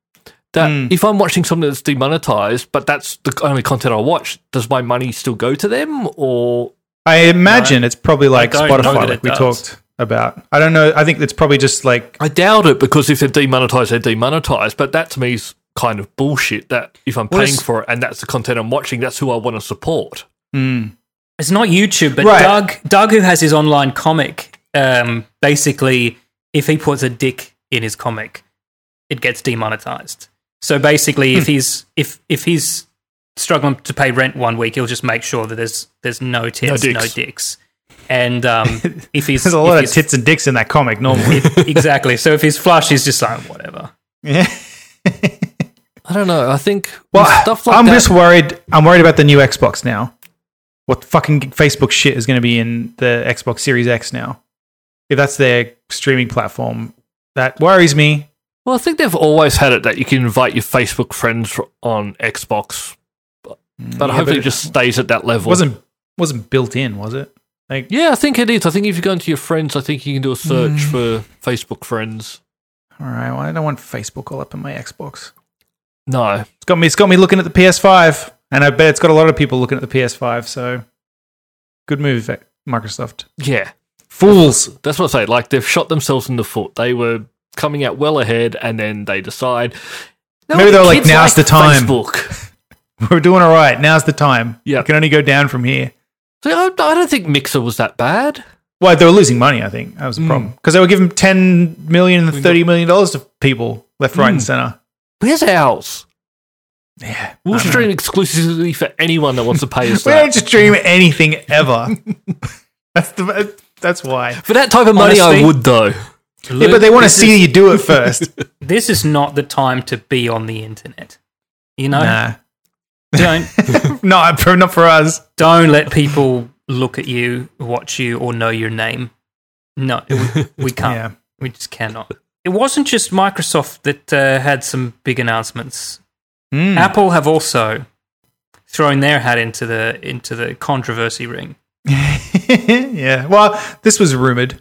Speaker 1: That if I'm watching something that's demonetized, but that's the only content I watch, does my money still go to them? Or
Speaker 3: I imagine it's probably like
Speaker 2: don't know that
Speaker 3: Spotify, like
Speaker 2: it
Speaker 3: we
Speaker 2: does.
Speaker 3: talked about. I don't know. I think it's probably just like
Speaker 1: I doubt it because if they're demonetized, they're demonetized. But that to me is kind of bullshit. That if I'm paying
Speaker 2: it's-
Speaker 1: for it and that's the content I'm watching, that's who I want to support.
Speaker 2: It's not YouTube, but
Speaker 3: Right.
Speaker 2: Doug Doug who has his online comic um, basically if he puts a dick in his comic, it gets demonetized. So basically,
Speaker 3: Hmm.
Speaker 2: if he's if if he's struggling to pay rent one week, he'll just make sure that there's there's no tits, no
Speaker 1: dicks.
Speaker 2: dicks. And um, if he's
Speaker 3: There's a
Speaker 2: if
Speaker 3: lot of
Speaker 2: he's-
Speaker 3: tits and dicks in that comic normally.
Speaker 2: if- exactly. So if he's flush, he's just like whatever.
Speaker 3: Yeah.
Speaker 1: I don't know. I think
Speaker 3: Well,
Speaker 1: with stuff like
Speaker 3: I'm
Speaker 1: that,
Speaker 3: just worried. I'm worried about the new Xbox now. What fucking Facebook shit is going to be in the Xbox Series X now? If that's their streaming platform, that worries me.
Speaker 1: Well, I think they've always had it that you can invite your Facebook friends on Xbox, but
Speaker 3: Mm, Yeah,
Speaker 1: hopefully
Speaker 3: but
Speaker 1: it just stays at that level.
Speaker 3: wasn't wasn't built in, was it? Like,
Speaker 1: Yeah, I think it is. I think if you go into your friends, I think you can do a search
Speaker 3: Mm.
Speaker 1: for Facebook friends.
Speaker 3: all right, well, I don't want Facebook all up in my Xbox.
Speaker 1: No,
Speaker 3: It's got me. It's got me looking at the PS5, and I bet it's got a lot of people looking at the PS5. So, good move, eh, Microsoft.
Speaker 1: yeah,
Speaker 3: Fools.
Speaker 1: that's what I say. Like they've shot themselves in the foot. They were coming out well ahead, and then they decide. "No,
Speaker 3: Maybe
Speaker 1: the
Speaker 3: they're like,
Speaker 1: kids
Speaker 3: "Now's the time."
Speaker 1: Facebook.
Speaker 3: We're doing all right. Now's the time.
Speaker 1: Yeah.
Speaker 3: we can only go down from here.
Speaker 1: So I, I don't think Mixer was that bad.
Speaker 3: Well, they were losing money. I think that was
Speaker 2: Mm.
Speaker 3: the problem because they were giving ten million and thirty million dollars to people left, right,
Speaker 2: Mm.
Speaker 3: and center.
Speaker 1: Where's ours?
Speaker 3: Yeah,
Speaker 1: We'll
Speaker 3: I don't
Speaker 1: stream exclusively for anyone that wants to pay us
Speaker 3: know. we don't
Speaker 1: that.
Speaker 3: just dream anything ever. that's the that's why.
Speaker 1: For that type of money, I
Speaker 2: Honestly-
Speaker 1: would though.
Speaker 3: Yeah, but they want to
Speaker 2: This
Speaker 3: see
Speaker 2: is-
Speaker 3: you do it first.
Speaker 2: This is not the time to be on the internet. You know,
Speaker 3: nah,
Speaker 2: don't
Speaker 3: not for, not for us.
Speaker 2: don't let people look at you, watch you, or know your name. No, we, we can't.
Speaker 3: Yeah.
Speaker 2: We just cannot. It wasn't just Microsoft that uh, had some big announcements.
Speaker 1: Hmm.
Speaker 3: Mm.
Speaker 2: Apple have also thrown their hat into the into the controversy ring.
Speaker 3: yeah. Well, this was rumored.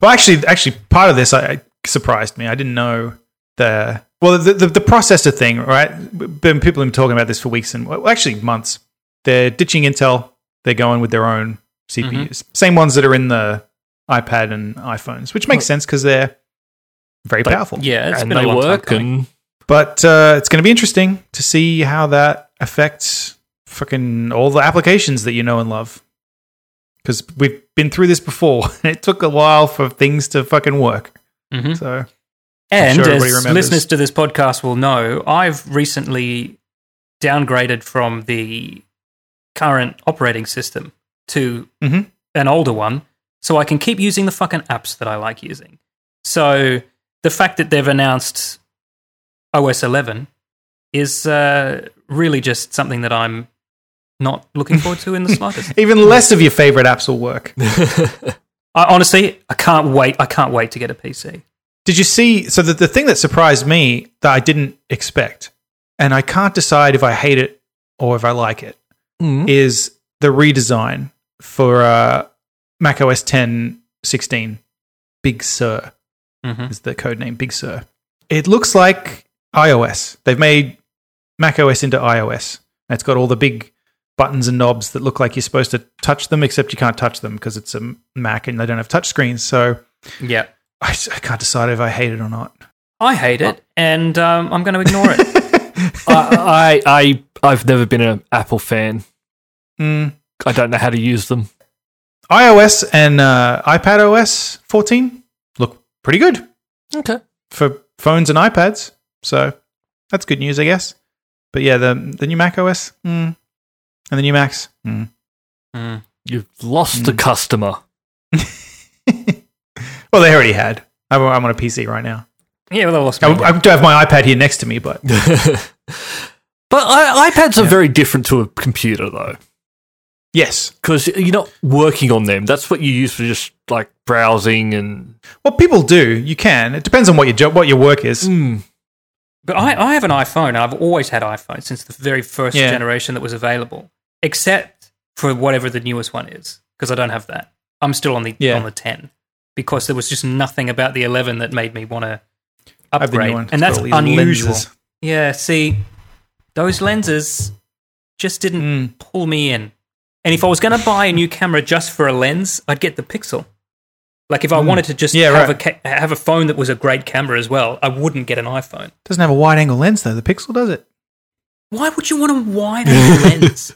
Speaker 3: Well, actually, actually, part of this I, surprised me. I didn't know the well the, the the processor thing, right? Been people have been talking about this for weeks and well, actually months. They're ditching Intel. They're going with their own CPUs, same ones that are in the iPad and iPhones, which makes sense because they're very powerful.
Speaker 2: Yeah, it's
Speaker 1: and
Speaker 2: been
Speaker 1: they
Speaker 2: a long
Speaker 1: work,
Speaker 2: time coming.
Speaker 1: and
Speaker 3: But uh, it's going to be interesting to see how that affects fucking all the applications that you know and love. Because we've been through this before, and it took a while for things to fucking work.
Speaker 2: Mhm.
Speaker 3: So
Speaker 2: And
Speaker 3: sure
Speaker 2: as
Speaker 3: everybody remembers.
Speaker 2: listeners to this podcast will know, I've recently downgraded from the current operating system to
Speaker 3: Mhm.
Speaker 2: an older one so I can keep using the fucking apps that I like using. So the fact that they've announced OS 11 is uh, really just something that I'm not looking forward to in the slightest.
Speaker 3: even less of your favorite apps will work.
Speaker 2: I, honestly, I can't wait. I can't wait to get a PC.
Speaker 3: Did you see? So the, the thing that surprised me that I didn't expect, and I can't decide if I hate it or if I like it, is
Speaker 1: Mm.
Speaker 3: the redesign for uh, Mac OS 10 16 Big Sur.
Speaker 2: hmm
Speaker 3: is the code name Big Sur. It looks like iOS. They've made Mac OS into iOS. And it's got all the big buttons and knobs that look like you're supposed to touch them, except you can't touch them because it's a Mac and they don't have touch screens. So
Speaker 2: Yeah.
Speaker 3: I, s- I can't decide if I hate it or not.
Speaker 2: I hate it, and um, I'm going to ignore it.
Speaker 1: I, I, I, I've never been an Apple fan.
Speaker 3: Mm.
Speaker 1: I don't know how to use them.
Speaker 3: iOS and uh, iPad OS 14 look pretty good
Speaker 1: Okay.
Speaker 3: for phones and iPads. So that's good news, I guess. But yeah, the, the new Mac OS mm. and the new Macs. Mm.
Speaker 2: Mm.
Speaker 1: You've lost the customer.
Speaker 3: Well, they already had. I'm, I'm on a PC right now.
Speaker 2: Yeah, well, I lost
Speaker 3: I,
Speaker 2: my
Speaker 3: I do have my iPad here next to me, but
Speaker 1: But I, iPads are very different to a computer, though,
Speaker 3: yes.
Speaker 1: because you're not working on them. That's what you use for just like browsing and.
Speaker 3: Well, people do. You can. It depends on what your job, what your work is.
Speaker 2: Mm,
Speaker 1: Mm.
Speaker 2: But I, I have an iPhone. I've always had iPhone since the very first
Speaker 3: Yeah.
Speaker 2: generation that was available, except for whatever the newest one is, because I don't have that. I'm still on the
Speaker 3: Yeah.
Speaker 2: on the 10 because there was just nothing about the 11 that made me want to
Speaker 3: have the new
Speaker 2: upgrade,
Speaker 3: one. It's
Speaker 2: and that's
Speaker 3: got all these
Speaker 2: unusual.
Speaker 3: lenses.
Speaker 2: Yeah, see, those lenses just didn't
Speaker 3: Mm.
Speaker 2: pull me in. And if I was going to buy a new camera just for a lens, I'd get the Pixel. Like if I wanted to just
Speaker 3: Hmm. Yeah,
Speaker 2: have
Speaker 3: right.
Speaker 2: a ca- have a phone that was a great camera as well, I wouldn't get an iPhone.
Speaker 3: Doesn't have a wide angle lens though. The Pixel does it.
Speaker 2: Why would you want a wide angle lens?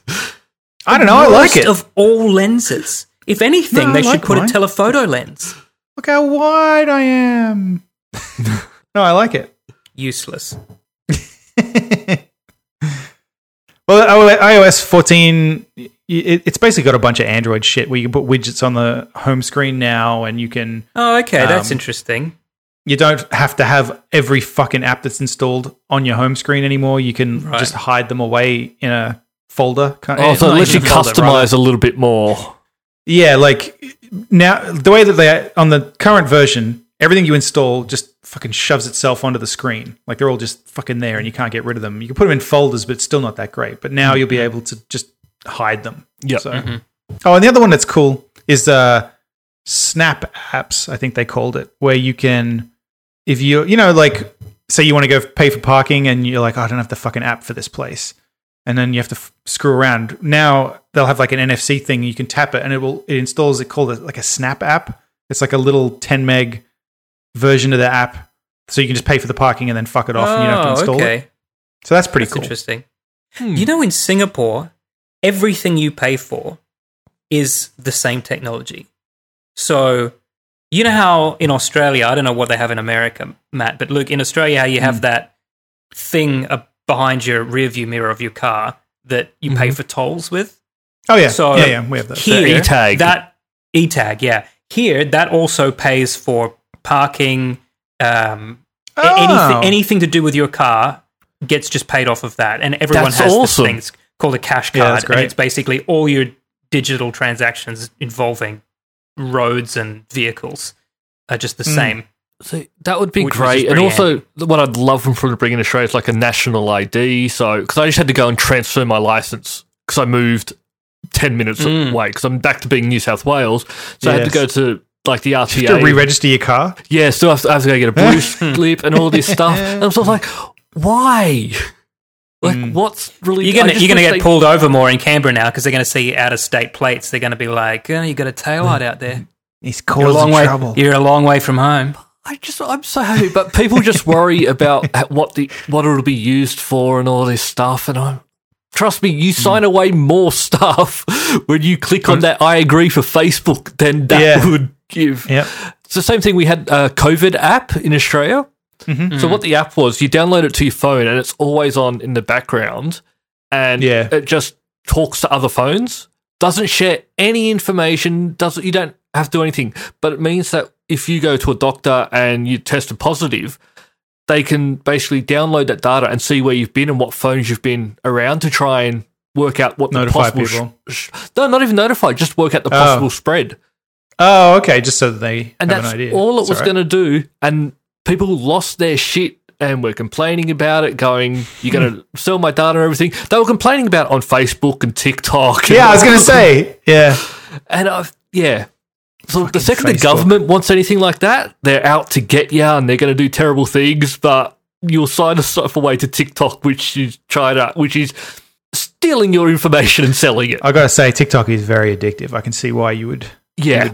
Speaker 3: I don't know. I like
Speaker 2: Worst
Speaker 3: it.
Speaker 2: Of all lenses, if anything,
Speaker 3: No, I
Speaker 2: they
Speaker 3: like
Speaker 2: should put
Speaker 3: mine.
Speaker 2: a telephoto lens.
Speaker 3: Look how wide I am. no, I like it.
Speaker 2: Useless.
Speaker 3: Well, I- iOS 14, i- it- it's basically got a bunch of Android shit where you can put widgets on the home screen now, and you can
Speaker 2: Oh, okay, that's
Speaker 3: Um,
Speaker 2: interesting.
Speaker 3: you don't have to have every fucking app that's installed on your home screen anymore. You can
Speaker 2: Right.
Speaker 3: just hide them away in a folder. Kind
Speaker 1: Oh, so
Speaker 3: not
Speaker 1: it
Speaker 3: even
Speaker 1: lets you
Speaker 3: a folder, rather.
Speaker 1: customize a little bit more.
Speaker 3: Yeah, like now the way that they on the current version, everything you install just fucking shoves itself onto the screen. Like they're all just fucking there, and you can't get rid of them. You can put them in folders, but it's still not that great. But now you'll be able to just hide them.
Speaker 1: Yeah.
Speaker 3: So,
Speaker 2: Mm-hmm.
Speaker 3: oh, and the other one that's cool is uh, Snap apps. I think they called it, where you can, if you you know, like say you want to go pay for parking, and you're like, "Oh, I don't have the fucking app for this place and then you have to f- screw around. Now they'll have like an NFC thing. You can tap it, and it will it installs. It called it like a Snap app. It's like a little 10 meg version of the app, so you can just pay for the parking and then fuck it off, and you don't have to
Speaker 2: Oh,
Speaker 3: install
Speaker 2: okay.
Speaker 3: it. So that's pretty
Speaker 2: That's
Speaker 3: cool.
Speaker 2: interesting. You know, in Singapore, everything you pay for is the same technology. So, you know how in Australia, I don't know what they have in America, Matt, but look, in Australia, how you have that thing uh, behind your rearview mirror of your car that you pay for tolls with.
Speaker 3: Oh yeah,
Speaker 2: So
Speaker 3: yeah, yeah. We have that.
Speaker 2: Here,
Speaker 1: e-tag.
Speaker 2: That e tag, yeah. Here, that also pays for parking. Um, a-
Speaker 3: Oh.
Speaker 2: anything, anything to do with your car gets just paid off of that, and everyone
Speaker 1: That's
Speaker 2: has
Speaker 1: awesome.
Speaker 2: this thing it's called a cash
Speaker 3: Yeah,
Speaker 2: card,
Speaker 3: that's
Speaker 2: and
Speaker 3: great.
Speaker 2: it's basically all your digital transactions involving roads and vehicles are just the
Speaker 3: Hmm.
Speaker 2: same.
Speaker 1: So that would be
Speaker 2: Which- which is
Speaker 1: great. And
Speaker 2: pretty
Speaker 1: also, what I'd love from from bringing to show is like a national ID. So, because I just had to go and transfer my license because I moved 10 minutes
Speaker 2: Mm.
Speaker 1: away because I'm back to being New South Wales. So, I had to
Speaker 3: Yes.
Speaker 1: go to like the RTA.
Speaker 3: Oh. To re-register your car.
Speaker 1: yeah, so I have to, I have to go get a blue slip and all this stuff. And I'm sort of like, why? Like, what's really
Speaker 2: Mm. You're
Speaker 1: I
Speaker 2: gonna
Speaker 1: just
Speaker 2: you're gonna
Speaker 1: wish
Speaker 2: get
Speaker 1: they-
Speaker 2: pulled over more in Canberra now because they're gonna see out of state plates. They're gonna be like, oh, you got a tail light out there.
Speaker 3: He's
Speaker 2: You're a long
Speaker 3: causing
Speaker 2: way.
Speaker 3: trouble.
Speaker 2: You're a long way from home.
Speaker 1: I just I'm so happy, but people just worry about h- what the what it'll be used for and all this stuff. And I trust me, you sign
Speaker 3: Mm.
Speaker 1: away more stuff when you click on that "I agree" for Facebook than that
Speaker 3: Yeah.
Speaker 1: would give.
Speaker 3: Yep.
Speaker 1: It's the same thing. We had a COVID app in Australia. So what the app was, you download it to your phone, and it's always on in the background, and
Speaker 3: Yeah.
Speaker 1: it just talks to other phones. Doesn't share any information. Doesn't you don't have to do anything, but it means that if you go to a doctor and you tested positive, they can basically download that data and see where you've been and what phones you've been around to try and work out what
Speaker 3: Notify
Speaker 1: the possible.
Speaker 3: people.
Speaker 1: sh- no, not even notify. Just work out the possible spread
Speaker 3: Oh, okay. Just so that they
Speaker 1: and
Speaker 3: have
Speaker 1: that's
Speaker 3: an idea.
Speaker 1: all it
Speaker 3: It's
Speaker 1: was
Speaker 3: alright.
Speaker 1: going to do. And people lost their shit and were complaining about it, going, "You're going
Speaker 3: Hmm.
Speaker 1: to sell my data and everything." They were complaining about it on Facebook and TikTok.
Speaker 3: Yeah, I was
Speaker 1: and,
Speaker 3: going to say. Yeah.
Speaker 1: and I've, yeah. So the second
Speaker 3: Facebook.
Speaker 1: the government wants anything like that, they're out to get you and they're going to do terrible things. But you'll sign yourself away to TikTok, which is China, which is stealing your information and selling it.
Speaker 3: I got to say, TikTok is very addictive. I can see why you would.
Speaker 1: Yeah,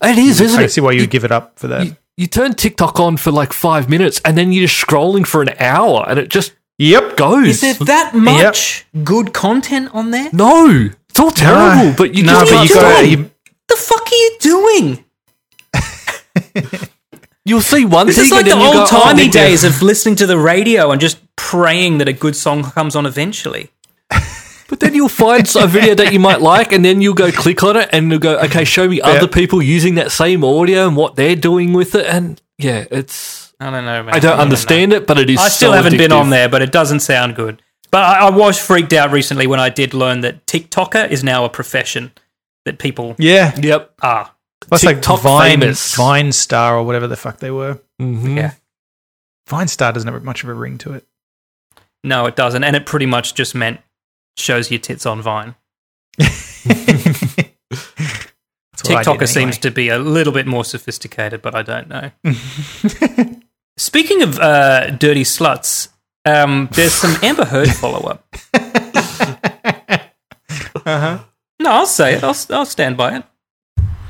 Speaker 1: it is,
Speaker 3: I
Speaker 1: isn't
Speaker 3: can
Speaker 1: it?
Speaker 3: see why you would give it up for that.
Speaker 1: you, you turn TikTok on for like five minutes and then you're just scrolling for an hour and it just
Speaker 3: yep.
Speaker 1: goes.
Speaker 2: Is there that much good content on there? What
Speaker 1: no, it's all terrible.
Speaker 3: No.
Speaker 1: but you
Speaker 3: no,
Speaker 1: just
Speaker 3: but you
Speaker 1: can't
Speaker 3: got
Speaker 1: stop.
Speaker 3: you,
Speaker 2: the fuck are you doing?
Speaker 1: You'll see one
Speaker 2: This
Speaker 1: thing
Speaker 2: is like
Speaker 1: and
Speaker 2: the
Speaker 1: then you go,
Speaker 2: old timey
Speaker 1: oh,
Speaker 2: days of listening to the radio and just praying that a good song comes on eventually.
Speaker 1: But then you'll find a video that you might like, and then you'll go click on it, and you'll go, okay, show me other people using that same audio and what they're doing with it. And yeah, it's
Speaker 2: I don't know. Man.
Speaker 1: I don't understand it, but it is.
Speaker 2: I still
Speaker 1: so
Speaker 2: haven't been
Speaker 1: addictive.
Speaker 2: on there, but it doesn't sound good. But I, I was freaked out recently when I did learn that TikToker is now a profession that people
Speaker 3: yeah.
Speaker 1: Yep.
Speaker 2: are.
Speaker 3: What's like
Speaker 1: TikTok
Speaker 3: Vine,
Speaker 1: famous.
Speaker 3: Vine Star or whatever the fuck they were.
Speaker 1: Mhm.
Speaker 2: Yeah.
Speaker 3: Vine Star doesn't have much of a ring to it.
Speaker 2: No, it doesn't, and it pretty much just meant shows your tits on Vine.
Speaker 3: That's what I
Speaker 2: TikToker
Speaker 3: did anyway.
Speaker 2: seems to be a little bit more sophisticated, but I don't know. Speaking of uh, dirty sluts, um, there's some Amber Heard follow up. uh-huh. No, I'll say it. I'll, I'll stand by it.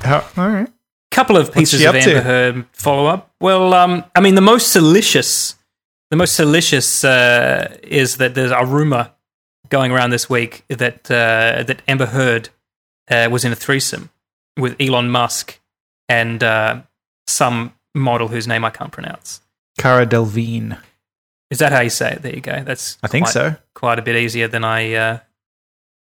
Speaker 3: How- all right.
Speaker 2: Couple of pieces
Speaker 3: she
Speaker 2: of
Speaker 3: up to?
Speaker 2: Amber Heard follow up. Well, um, I mean, the most salacious, the most salacious uh, is that there's a rumor going around this week that uh, that Amber Heard uh, was in a threesome with Elon Musk and uh, some model whose name I can't pronounce.
Speaker 3: Cara Delvine.
Speaker 2: Is that how you say it? There you go. That's
Speaker 3: I think
Speaker 2: quite,
Speaker 3: so.
Speaker 2: Quite a bit easier than I uh,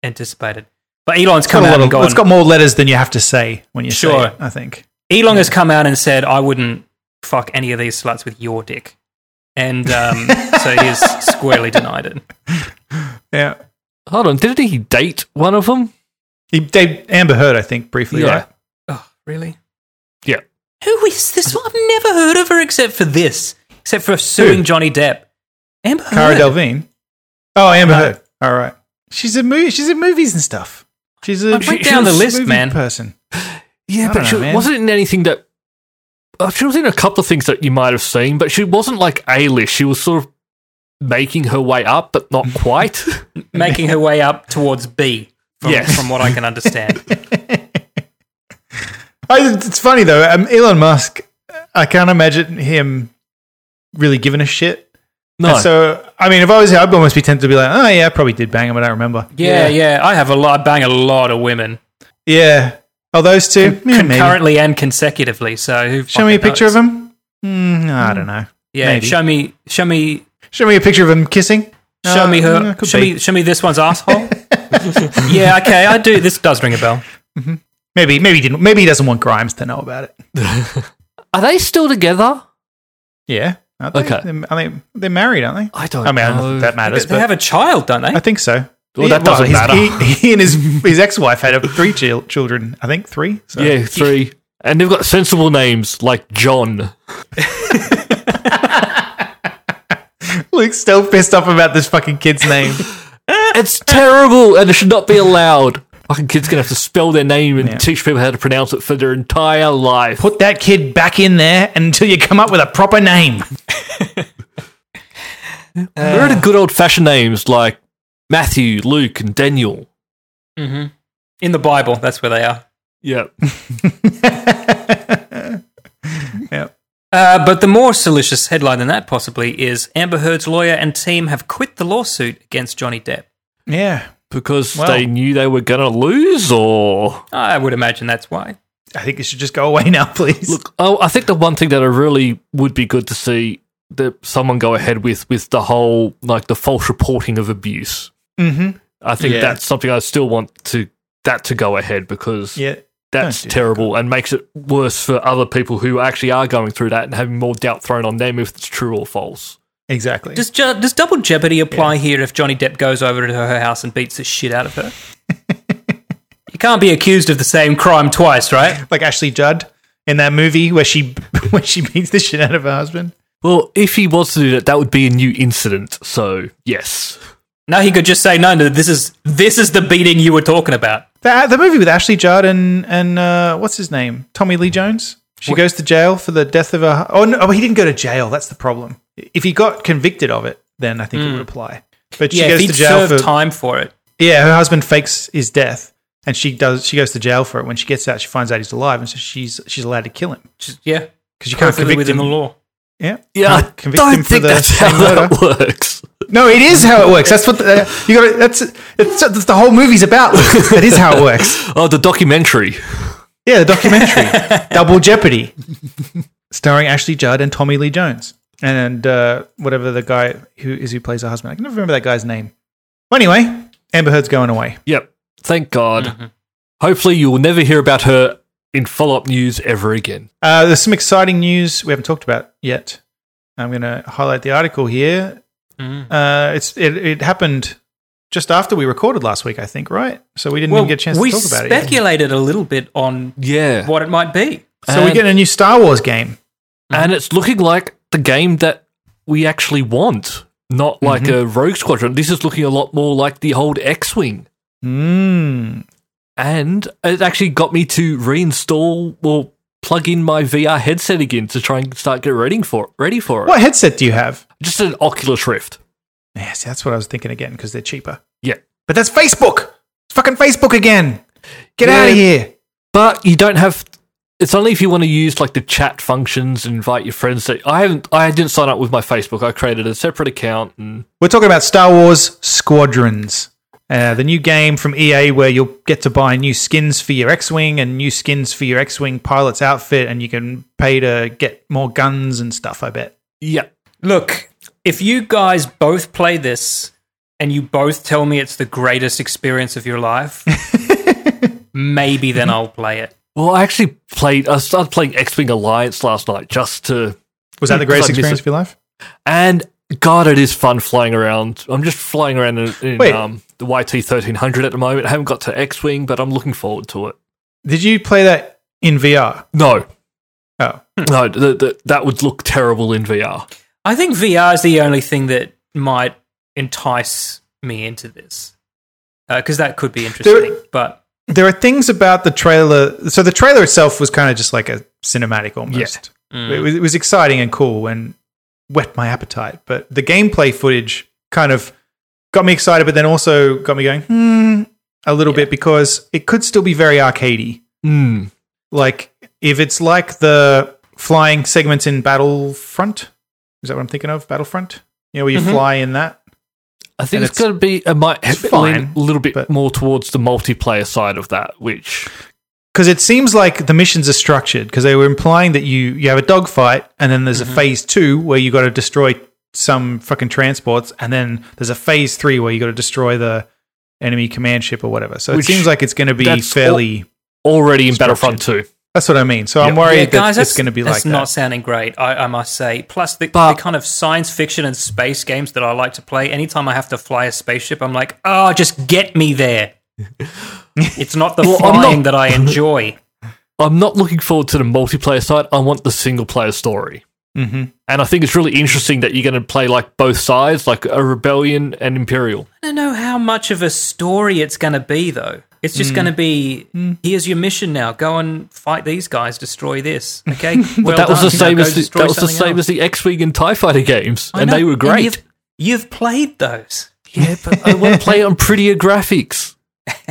Speaker 2: anticipated. But Elon's
Speaker 3: Got
Speaker 2: come
Speaker 3: a
Speaker 2: out
Speaker 3: lot
Speaker 2: and
Speaker 3: of,
Speaker 2: gone.
Speaker 3: it's got more letters than you have to say when you
Speaker 2: Sure.
Speaker 3: say it, I think.
Speaker 2: Elon has come out and said, "I wouldn't fuck any of these sluts with your dick," and um, so he has squarely denied it.
Speaker 3: Yeah.
Speaker 1: Hold on, didn't he date one of them?
Speaker 3: He dated Amber Heard, I think, briefly,
Speaker 1: Yeah.
Speaker 3: right?
Speaker 2: Oh, really?
Speaker 1: Yeah.
Speaker 2: Who is this? I've never heard of her except for this, except for suing
Speaker 3: Who?
Speaker 2: Johnny Depp. Amber
Speaker 3: Cara
Speaker 2: Heard.
Speaker 3: Delvine. Oh, Amber Heard. All right. She's in movies. She's in movies and stuff. She's a
Speaker 2: I went
Speaker 3: she-
Speaker 2: down
Speaker 3: she's
Speaker 2: the
Speaker 3: a
Speaker 2: list,
Speaker 3: movie
Speaker 2: man.
Speaker 3: Person.
Speaker 1: Yeah,
Speaker 3: I
Speaker 1: but
Speaker 3: don't
Speaker 1: she
Speaker 3: know, man.
Speaker 1: wasn't in anything that. Uh, she was in a couple of things that you might have seen, but she wasn't like A list. She was sort of making her way up, but not quite.
Speaker 2: making her way up towards B. From,
Speaker 1: Yes.
Speaker 2: from what I can understand.
Speaker 3: I, it's funny though. Um, Elon Musk. I can't imagine him really giving a shit.
Speaker 1: no.
Speaker 3: And so I mean, if I was him, I'd almost be tempted to be like, "Oh yeah, I probably did bang him. I don't remember."
Speaker 2: Yeah, yeah. I have a lot, I bang a lot of women
Speaker 3: Yeah. Oh, those two. Yeah, maybe.
Speaker 2: concurrently and consecutively. So who
Speaker 3: Show me a
Speaker 2: fucking Hmm.
Speaker 3: picture
Speaker 2: knows?
Speaker 3: of him. Mm, no, I don't know.
Speaker 2: Yeah,
Speaker 3: Maybe.
Speaker 2: show me, show me,
Speaker 3: Show me a picture of him kissing.
Speaker 2: show
Speaker 3: Uh,
Speaker 2: me
Speaker 3: mm,
Speaker 2: her.
Speaker 3: could
Speaker 2: Show
Speaker 3: be.
Speaker 2: me, show me this one's asshole. yeah, okay. I do. This does ring a bell.
Speaker 3: Maybe, maybe he didn't. Maybe he doesn't want Grimes to know about it.
Speaker 1: Are they still together?
Speaker 3: Yeah. Aren't they?
Speaker 1: Okay.
Speaker 3: They're- I mean, they're married, aren't they?
Speaker 1: I don't
Speaker 3: I mean, I don't know
Speaker 1: know.
Speaker 3: if that matters,
Speaker 2: They
Speaker 3: but
Speaker 2: have a child, don't
Speaker 3: I
Speaker 2: they?
Speaker 3: think so.
Speaker 1: Well, that doesn't
Speaker 3: his-
Speaker 1: matter.
Speaker 3: He, he and his his ex wife had a, three chil- children. I think three. So.
Speaker 1: yeah, three. And they've got sensible names like John.
Speaker 3: Luke's still pissed off about this fucking kid's name.
Speaker 1: It's terrible and it should not be allowed. Fucking kids gonna have to spell their name and
Speaker 3: Yeah.
Speaker 1: teach people how to pronounce it for their entire life.
Speaker 3: Put that kid back in there until you come up with a proper name.
Speaker 1: Where are the good old fashioned names like Matthew, Luke, and Daniel?
Speaker 2: hmm In the Bible, that's where they are.
Speaker 1: Yeah.
Speaker 3: yep.
Speaker 2: Uh, but the more salacious headline than that possibly is Amber Heard's lawyer and team have quit the lawsuit against Johnny Depp.
Speaker 3: Yeah.
Speaker 1: Because
Speaker 3: Well.
Speaker 1: they knew they were gonna lose or
Speaker 2: I would imagine that's why.
Speaker 3: I think it should just go away now, please.
Speaker 1: Look, oh, I think the one thing that I really would be good to see that someone go ahead with with the whole like the false reporting of abuse.
Speaker 3: Mhm.
Speaker 1: I think
Speaker 3: Yeah.
Speaker 1: that's something I still want to that to go ahead because
Speaker 3: Yeah.
Speaker 1: that's
Speaker 3: Don't do that,
Speaker 1: terrible and makes it worse for other people who actually are going through that and having more doubt thrown on them if it's true or false.
Speaker 3: Exactly.
Speaker 2: Does, ju- does double jeopardy apply here if Johnny Depp goes over to her house and beats the shit out of her? you can't be accused of the same crime twice, right?
Speaker 3: like Ashley Judd in that movie where she where she beats the shit out of her husband.
Speaker 1: Well, if he was to do that, that would be a new incident. So yes,
Speaker 2: No, he could just say no. No, this is this is the beating you were talking about.
Speaker 3: The, the movie with Ashley Judd and and uh, what's his name, Tommy Lee Jones. She goes to jail for the death of her. Oh no, oh, he didn't go to jail. That's the problem. If he got convicted of it, then I think it would apply. But she
Speaker 2: yeah, if
Speaker 3: goes
Speaker 2: he'd
Speaker 3: to jail for
Speaker 2: served time for it.
Speaker 3: yeah. Her husband fakes his death, and she does. She goes to jail for it. When she gets out, she finds out he's alive, and so she's she's allowed to kill him
Speaker 2: Just, yeah,
Speaker 3: because you can't
Speaker 2: perfectly
Speaker 3: convict
Speaker 2: within
Speaker 3: him.
Speaker 2: the law.
Speaker 3: Yeah,
Speaker 1: yeah,
Speaker 3: Can't
Speaker 1: I don't think that's
Speaker 3: same
Speaker 1: how
Speaker 3: murder.
Speaker 1: that works.
Speaker 3: No, it is how it works. That's what the, you got. That's it's, that's the whole movie's about. that is how it works.
Speaker 1: Oh, the documentary.
Speaker 3: Yeah, the documentary Double Jeopardy, starring Ashley Judd and Tommy Lee Jones, and uh, whatever the guy who is who plays her husband. I can never remember that guy's name. Well, anyway, Amber Heard's going away.
Speaker 1: Yep. Thank God. Hopefully, you will never hear about her in follow up news ever again.
Speaker 3: Uh, there's some exciting news we haven't talked about yet. I'm going to highlight the article here. Uh, it's it, it happened just after we recorded last week, I think, right? So we didn't even get a chance to
Speaker 2: we
Speaker 3: talk about it. yet.
Speaker 2: speculated a little bit on
Speaker 1: Yeah.
Speaker 2: what it might be.
Speaker 3: So we
Speaker 1: And-
Speaker 3: get a new Star Wars game.
Speaker 1: And it's looking like the game that we actually want, not like a Rogue Squadron. This is looking a lot more like the old X Wing.
Speaker 3: Mm.
Speaker 1: And it actually got me to reinstall or plug in my VR headset again to try and start getting ready for ready for it.
Speaker 3: What headset do you have?
Speaker 1: Just an Oculus Rift.
Speaker 3: Yeah, see, that's what I was thinking again because they're cheaper.
Speaker 1: Yeah.
Speaker 3: But that's Facebook. It's fucking Facebook again. Get
Speaker 1: Yeah.
Speaker 3: out of here.
Speaker 1: But you don't have. It's only if you want to use like the chat functions and invite your friends. That I haven't. I didn't sign up with my Facebook. I created a separate account and
Speaker 3: We're talking about Star Wars Squadrons. Uh, the new game from EA where you'll get to buy new skins for your X-wing and new skins for your X-wing pilot's outfit, and you can pay to get more guns and stuff. I bet.
Speaker 1: Yeah.
Speaker 2: Look, if you guys both play this and you both tell me it's the greatest experience of your life, maybe then I'll play it.
Speaker 1: Well, I actually played. I started playing X Wing Alliance last night just to,
Speaker 3: Was that the greatest
Speaker 1: Like this-
Speaker 3: experience of your life?
Speaker 1: and God, it is fun flying around. I'm just flying around in, in
Speaker 3: Wait.
Speaker 1: um, the YT thirteen hundred at the moment. I haven't got to X Wing, but I'm looking forward to it.
Speaker 3: Did you play that in VR?
Speaker 1: No,
Speaker 3: Oh,
Speaker 1: no, th- th- that would look terrible in VR.
Speaker 2: I think VR is the only thing that might entice me into this because that could be interesting. but
Speaker 3: there are things about the trailer. So the trailer itself was kind of just like a cinematic almost.
Speaker 2: mm.
Speaker 3: It, was, it was exciting and cool and whet my appetite. But the gameplay footage kind of got me excited, but then also got me going hmm a little bit because it could still be very arcadey.
Speaker 1: Mm.
Speaker 3: Like if it's like the flying segments in Battlefront, is that what I'm thinking of? Battlefront, you know, where you fly in that.
Speaker 1: I think
Speaker 3: And
Speaker 1: it's
Speaker 3: it's-
Speaker 1: going to be. It might
Speaker 3: it's
Speaker 1: lean
Speaker 3: fine,
Speaker 1: a little bit
Speaker 3: but-
Speaker 1: more towards the multiplayer side of that, which
Speaker 3: because it seems like the missions are structured because they were implying that you you have a dogfight and then there's
Speaker 2: Mm-hmm.
Speaker 3: a phase two where you got to destroy some fucking transports and then there's a phase three where you got to destroy the enemy command ship or whatever. So
Speaker 1: Which-
Speaker 3: it seems like it's going to be
Speaker 1: that's
Speaker 3: fairly.
Speaker 1: already in Battlefront two.
Speaker 3: that's what I mean. So I'm
Speaker 1: Yeah.
Speaker 3: worried
Speaker 2: yeah,
Speaker 3: that
Speaker 2: guys,
Speaker 3: it's
Speaker 2: that's
Speaker 3: going to be like
Speaker 2: that's
Speaker 3: that.
Speaker 2: not sounding great. I, I must say. Plus the,
Speaker 1: But-
Speaker 2: the kind of science fiction and space games that I like to play. Anytime I have to fly a spaceship, I'm like, oh, just get me there. it's not the
Speaker 1: I'm not-
Speaker 2: flying that I enjoy.
Speaker 1: I'm not looking forward to the multiplayer side. I want the single player story.
Speaker 3: hmm
Speaker 1: And I think it's really interesting that you're going to play like both sides, like a rebellion and imperial.
Speaker 2: I don't know how much of a story it's going to be, though. It's just
Speaker 1: Mm.
Speaker 2: going to be here's your mission now. Go and fight these guys. Destroy this. Okay. well
Speaker 1: that was
Speaker 2: done.
Speaker 1: the same
Speaker 2: Now go
Speaker 1: as the,
Speaker 2: destroy
Speaker 1: that was the
Speaker 2: something
Speaker 1: same
Speaker 2: else.
Speaker 1: as the X Wing and Tie Fighter games,
Speaker 2: I
Speaker 1: and
Speaker 2: know,
Speaker 1: they were great.
Speaker 2: you've, you've played those.
Speaker 1: yeah, but uh, I want to play on prettier graphics.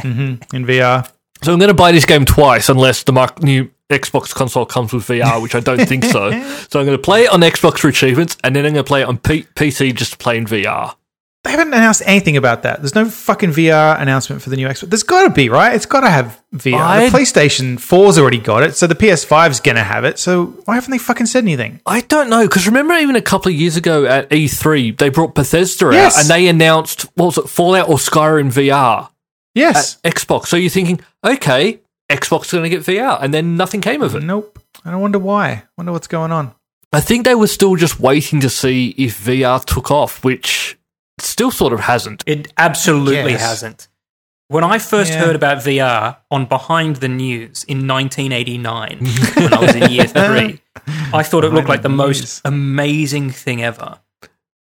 Speaker 3: in VR.
Speaker 1: So I'm going to buy this game twice, unless the mark- new Xbox console comes with VR, which I don't think so. So I'm going to play it on Xbox for achievements, and then I'm going to play it on P- PC just to play in VR.
Speaker 3: They haven't announced anything about that. There's no fucking VR announcement for the new Xbox. There's got to be, right? It's got to have VR.
Speaker 1: I-
Speaker 3: The PlayStation 4's already got it, so the PS5's going to have it. So why haven't they fucking said anything?
Speaker 2: Uh,
Speaker 1: I don't know because remember even a couple of years ago at E3 they brought Bethesda
Speaker 3: Yes.
Speaker 1: out and they announced what was it Fallout or Skyrim VR.
Speaker 3: Yes.
Speaker 1: Xbox. So you're thinking, okay, Xbox is going to get VR, and then nothing came of it.
Speaker 3: Nope. I don't wonder why. Wonder what's going on.
Speaker 1: I think they were still just waiting to see if VR took off, which still sort of hasn't.
Speaker 2: It absolutely
Speaker 3: Yes.
Speaker 2: hasn't. When I first
Speaker 3: Yeah.
Speaker 2: heard about VR on Behind the News in 1989, when I was in year three, I thought it looked
Speaker 3: Behind
Speaker 2: like the
Speaker 3: the
Speaker 2: most
Speaker 3: News.
Speaker 2: amazing thing ever.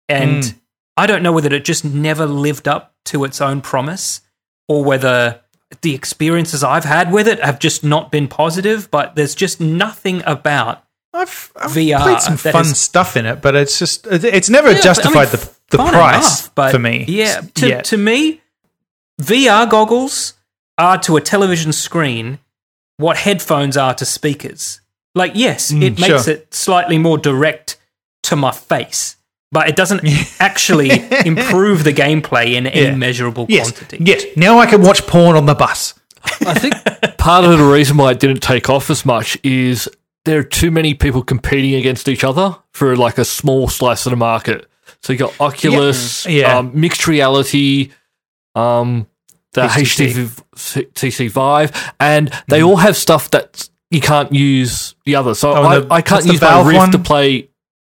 Speaker 2: And
Speaker 3: Mm.
Speaker 2: I don't know whether it just never lived up to its own promise or whether the experiences I've had with it have just not been positive, but there's just nothing about
Speaker 3: I've, I've
Speaker 2: VR,
Speaker 3: played some
Speaker 2: that
Speaker 3: fun
Speaker 2: is-
Speaker 3: stuff in it, but it's just it- it's never
Speaker 2: Yeah, but, I
Speaker 3: justified
Speaker 2: mean,
Speaker 3: the the
Speaker 2: fun
Speaker 3: price
Speaker 2: enough, but
Speaker 3: for me.
Speaker 2: Yeah,
Speaker 3: s-
Speaker 2: to,
Speaker 3: yet.
Speaker 2: to me, VR goggles are to a television screen what headphones are to speakers. Like, yes, it makes
Speaker 3: Mm, sure.
Speaker 2: it slightly more direct to my face, but it doesn't actually improve the gameplay in any
Speaker 3: Yeah.
Speaker 2: measurable
Speaker 3: yes,
Speaker 2: quantity.
Speaker 3: yes. Now I can watch porn on the bus.
Speaker 1: I think part of the reason why it didn't take off as much is there are too many people competing against each other for like a small slice of the market. So you got Oculus,
Speaker 3: Yeah.
Speaker 1: Um, mixed reality, um, the HTC Vive, and they all have stuff that you can't use the other. So
Speaker 3: Mm. Oh,
Speaker 1: I,
Speaker 3: and the-
Speaker 1: I can't
Speaker 3: what's the
Speaker 1: use my
Speaker 3: Valve
Speaker 1: Rift
Speaker 3: one?
Speaker 1: to play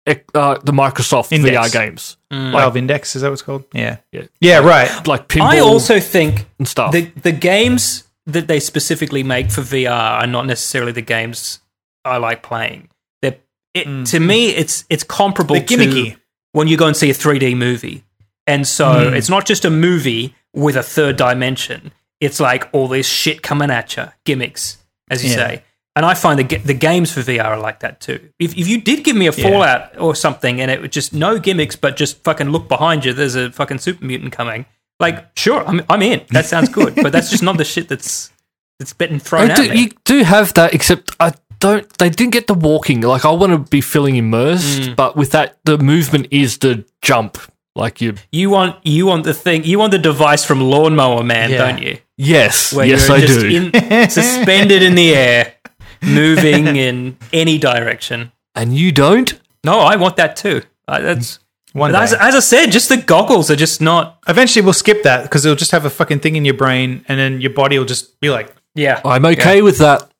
Speaker 1: uh, the Microsoft VR
Speaker 3: Index.
Speaker 1: games
Speaker 2: Mm.
Speaker 3: Valve Index is that what it's called? Yeah,
Speaker 1: Yeah.
Speaker 3: yeah. Right.
Speaker 1: like pinball
Speaker 2: I also think
Speaker 1: and stuff.
Speaker 2: the the games that they specifically make for VR are not necessarily the games I like playing. They're it, to me, it's it's comparable
Speaker 3: Mm. They're
Speaker 2: to
Speaker 3: gimmicky.
Speaker 2: when you go and see a 3D movie, and so
Speaker 1: Hmm.
Speaker 2: it's not just a movie with a third dimension. It's like all this shit coming at you, gimmicks, as you
Speaker 3: Yeah.
Speaker 2: say. And I find the ga- the games for VR are like that too. If if you did give me a Fallout or something, and it was just no gimmicks, but just fucking look behind you, there's a fucking super mutant coming. Like, sure, I'm I'm in. That sounds good, but that's just not the shit that's that's been thrown
Speaker 1: I
Speaker 2: at
Speaker 1: do,
Speaker 2: me.
Speaker 1: Oh, you do have that, except I don't. They didn't get the
Speaker 2: Mm.
Speaker 1: walking. Like I want to be feeling immersed, but with that, the movement is the jump Like you,
Speaker 2: You want you want the thing you want the device from Lawnmower Man,
Speaker 1: Yeah.
Speaker 2: don't you?
Speaker 1: yes, yes,
Speaker 2: you're
Speaker 1: I
Speaker 2: just
Speaker 1: do.
Speaker 2: In, suspended in the air, moving in any direction.
Speaker 1: and you don't.
Speaker 2: No, I want that too. Uh, that's
Speaker 3: One
Speaker 2: but as,
Speaker 3: day.
Speaker 2: as I said, just the goggles are just not.
Speaker 3: Eventually, we'll skip that because it'll just have a fucking thing in your brain, and then your body will just be like,
Speaker 2: Yeah,
Speaker 1: I'm okay with that.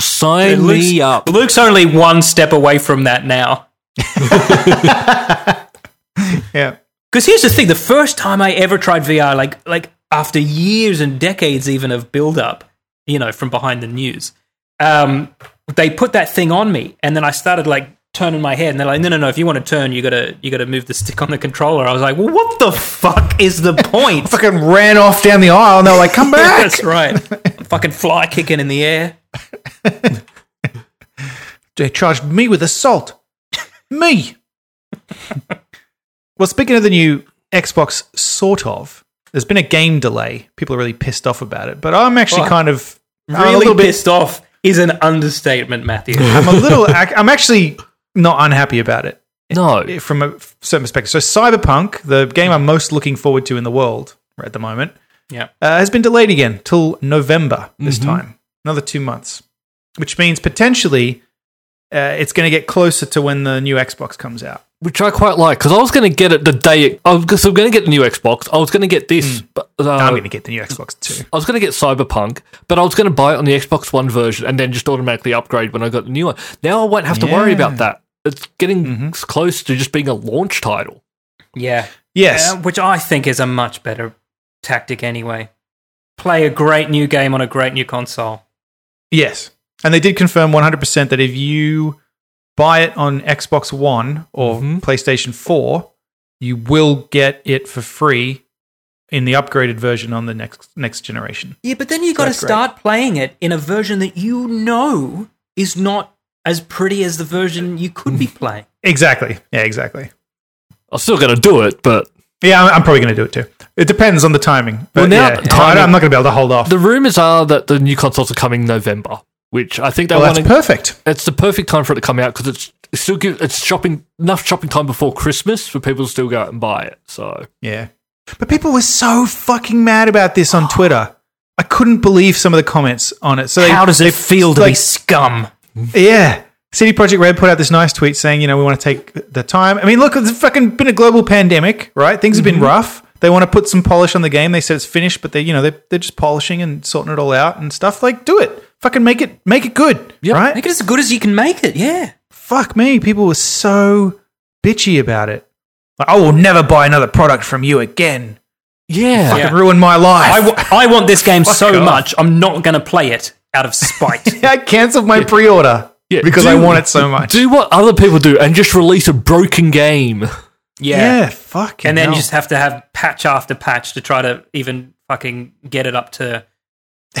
Speaker 1: Sign
Speaker 2: Luke's,
Speaker 1: me up.
Speaker 2: Luke's only one step away from that now.
Speaker 3: yeah.
Speaker 2: Because here's the thing: the first time I ever tried VR, like like after years and decades even of build up, you know, from behind the news, um, they put that thing on me, and then I started like turning my head, and they're like, "No, no, no! If you want to turn, you gotta you gotta move the stick on the controller." I was like, "Well, what the fuck is the point?"
Speaker 3: Fucking ran off down the aisle, and they're like, come back.
Speaker 2: That's right. Fucking fly kicking in the air.
Speaker 3: they charged me with assault. me. well, speaking of the new Xbox, sort of, there's been a game delay. People are really pissed off about it, but I'm actually
Speaker 2: Well,
Speaker 3: kind of I'm a
Speaker 2: Really
Speaker 3: little bit.
Speaker 2: pissed off is an understatement, Matthew.
Speaker 3: I'm a little. ac- I'm actually not unhappy about it
Speaker 1: No,
Speaker 3: eh, from a certain perspective. So, Cyberpunk, the game I'm most looking forward to in the world at the moment,
Speaker 2: yeah. Mm-hmm.
Speaker 3: uh, has been delayed again till November this time, another two months, which means potentially uh, it's going to get closer to when the new Xbox comes out.
Speaker 1: which I quite like because I was going to get it the day. It, I was, so I'm going to get the new Xbox. I was going to get this,
Speaker 2: Mm.
Speaker 1: but uh,
Speaker 2: Oh.
Speaker 3: I'm going to get the new Xbox too.
Speaker 1: I was going to get Cyberpunk, but I was going to buy it on the Xbox One version and then just automatically upgrade when I got the new one. Now I won't have to worry about that. It's getting
Speaker 3: Mm-hmm.
Speaker 1: s- close to just being a launch title.
Speaker 2: Yeah.
Speaker 3: Yes,
Speaker 2: Uh, which I think is a much better tactic anyway. Play a great new game on a great new console.
Speaker 3: yes, and they did confirm 100% that if you buy it on Xbox One or
Speaker 2: Mm-hmm.
Speaker 3: PlayStation 4, you will get it for free in the upgraded version on the next next generation.
Speaker 2: Yeah, but then you got to
Speaker 3: That's great.
Speaker 2: start playing it in a version that you know is not as pretty as the version you could be playing.
Speaker 3: Exactly. Yeah, exactly.
Speaker 1: I'm still going to do it, but
Speaker 3: Yeah, I'm, I'm probably going to do it too. It depends on the timing. But
Speaker 1: Well, now
Speaker 3: yeah,
Speaker 1: the
Speaker 3: I,
Speaker 1: timing-
Speaker 3: am not going to be able to hold off.
Speaker 1: the rumors are that the new consoles are coming November, which I think they
Speaker 3: well,
Speaker 1: want
Speaker 3: that's
Speaker 1: to.
Speaker 3: perfect.
Speaker 1: it's the perfect time for it to come out because it's it still give it's shopping enough shopping time before Christmas for people to still go out and buy it. So
Speaker 3: Yeah. But people were so fucking mad about this on Twitter. I couldn't believe some of the comments on it. So they,
Speaker 2: How does
Speaker 3: they-
Speaker 2: it feel to be
Speaker 3: like,
Speaker 2: scum?
Speaker 3: Yeah. City Project Red put out this nice tweet saying, you know, we want to take the time. I mean, look, it's fucking been a global pandemic, right? Things have been rough. They want to put some polish on the game. They said it's finished, but they, you know, they they're just polishing and sorting it all out and stuff. Like, do it. Fucking make it, make it good, right?
Speaker 2: Make it as good as you can make it. Yeah.
Speaker 3: fuck me, people were so bitchy about it. Like, I will never buy another product from you again.
Speaker 1: yeah,
Speaker 3: Fucking ruin my life.
Speaker 2: I, w- I want this game
Speaker 3: Fuck
Speaker 2: so
Speaker 3: off.
Speaker 2: much, I'm not going to play it out of spite.
Speaker 3: I cancelled my pre-order
Speaker 1: Yeah,
Speaker 3: because
Speaker 1: do-
Speaker 3: I want it so much.
Speaker 1: do what other people do and just release a broken game.
Speaker 3: yeah. fucking.
Speaker 2: and then
Speaker 3: hell.
Speaker 2: you just have to have patch after patch to try to even fucking get it up to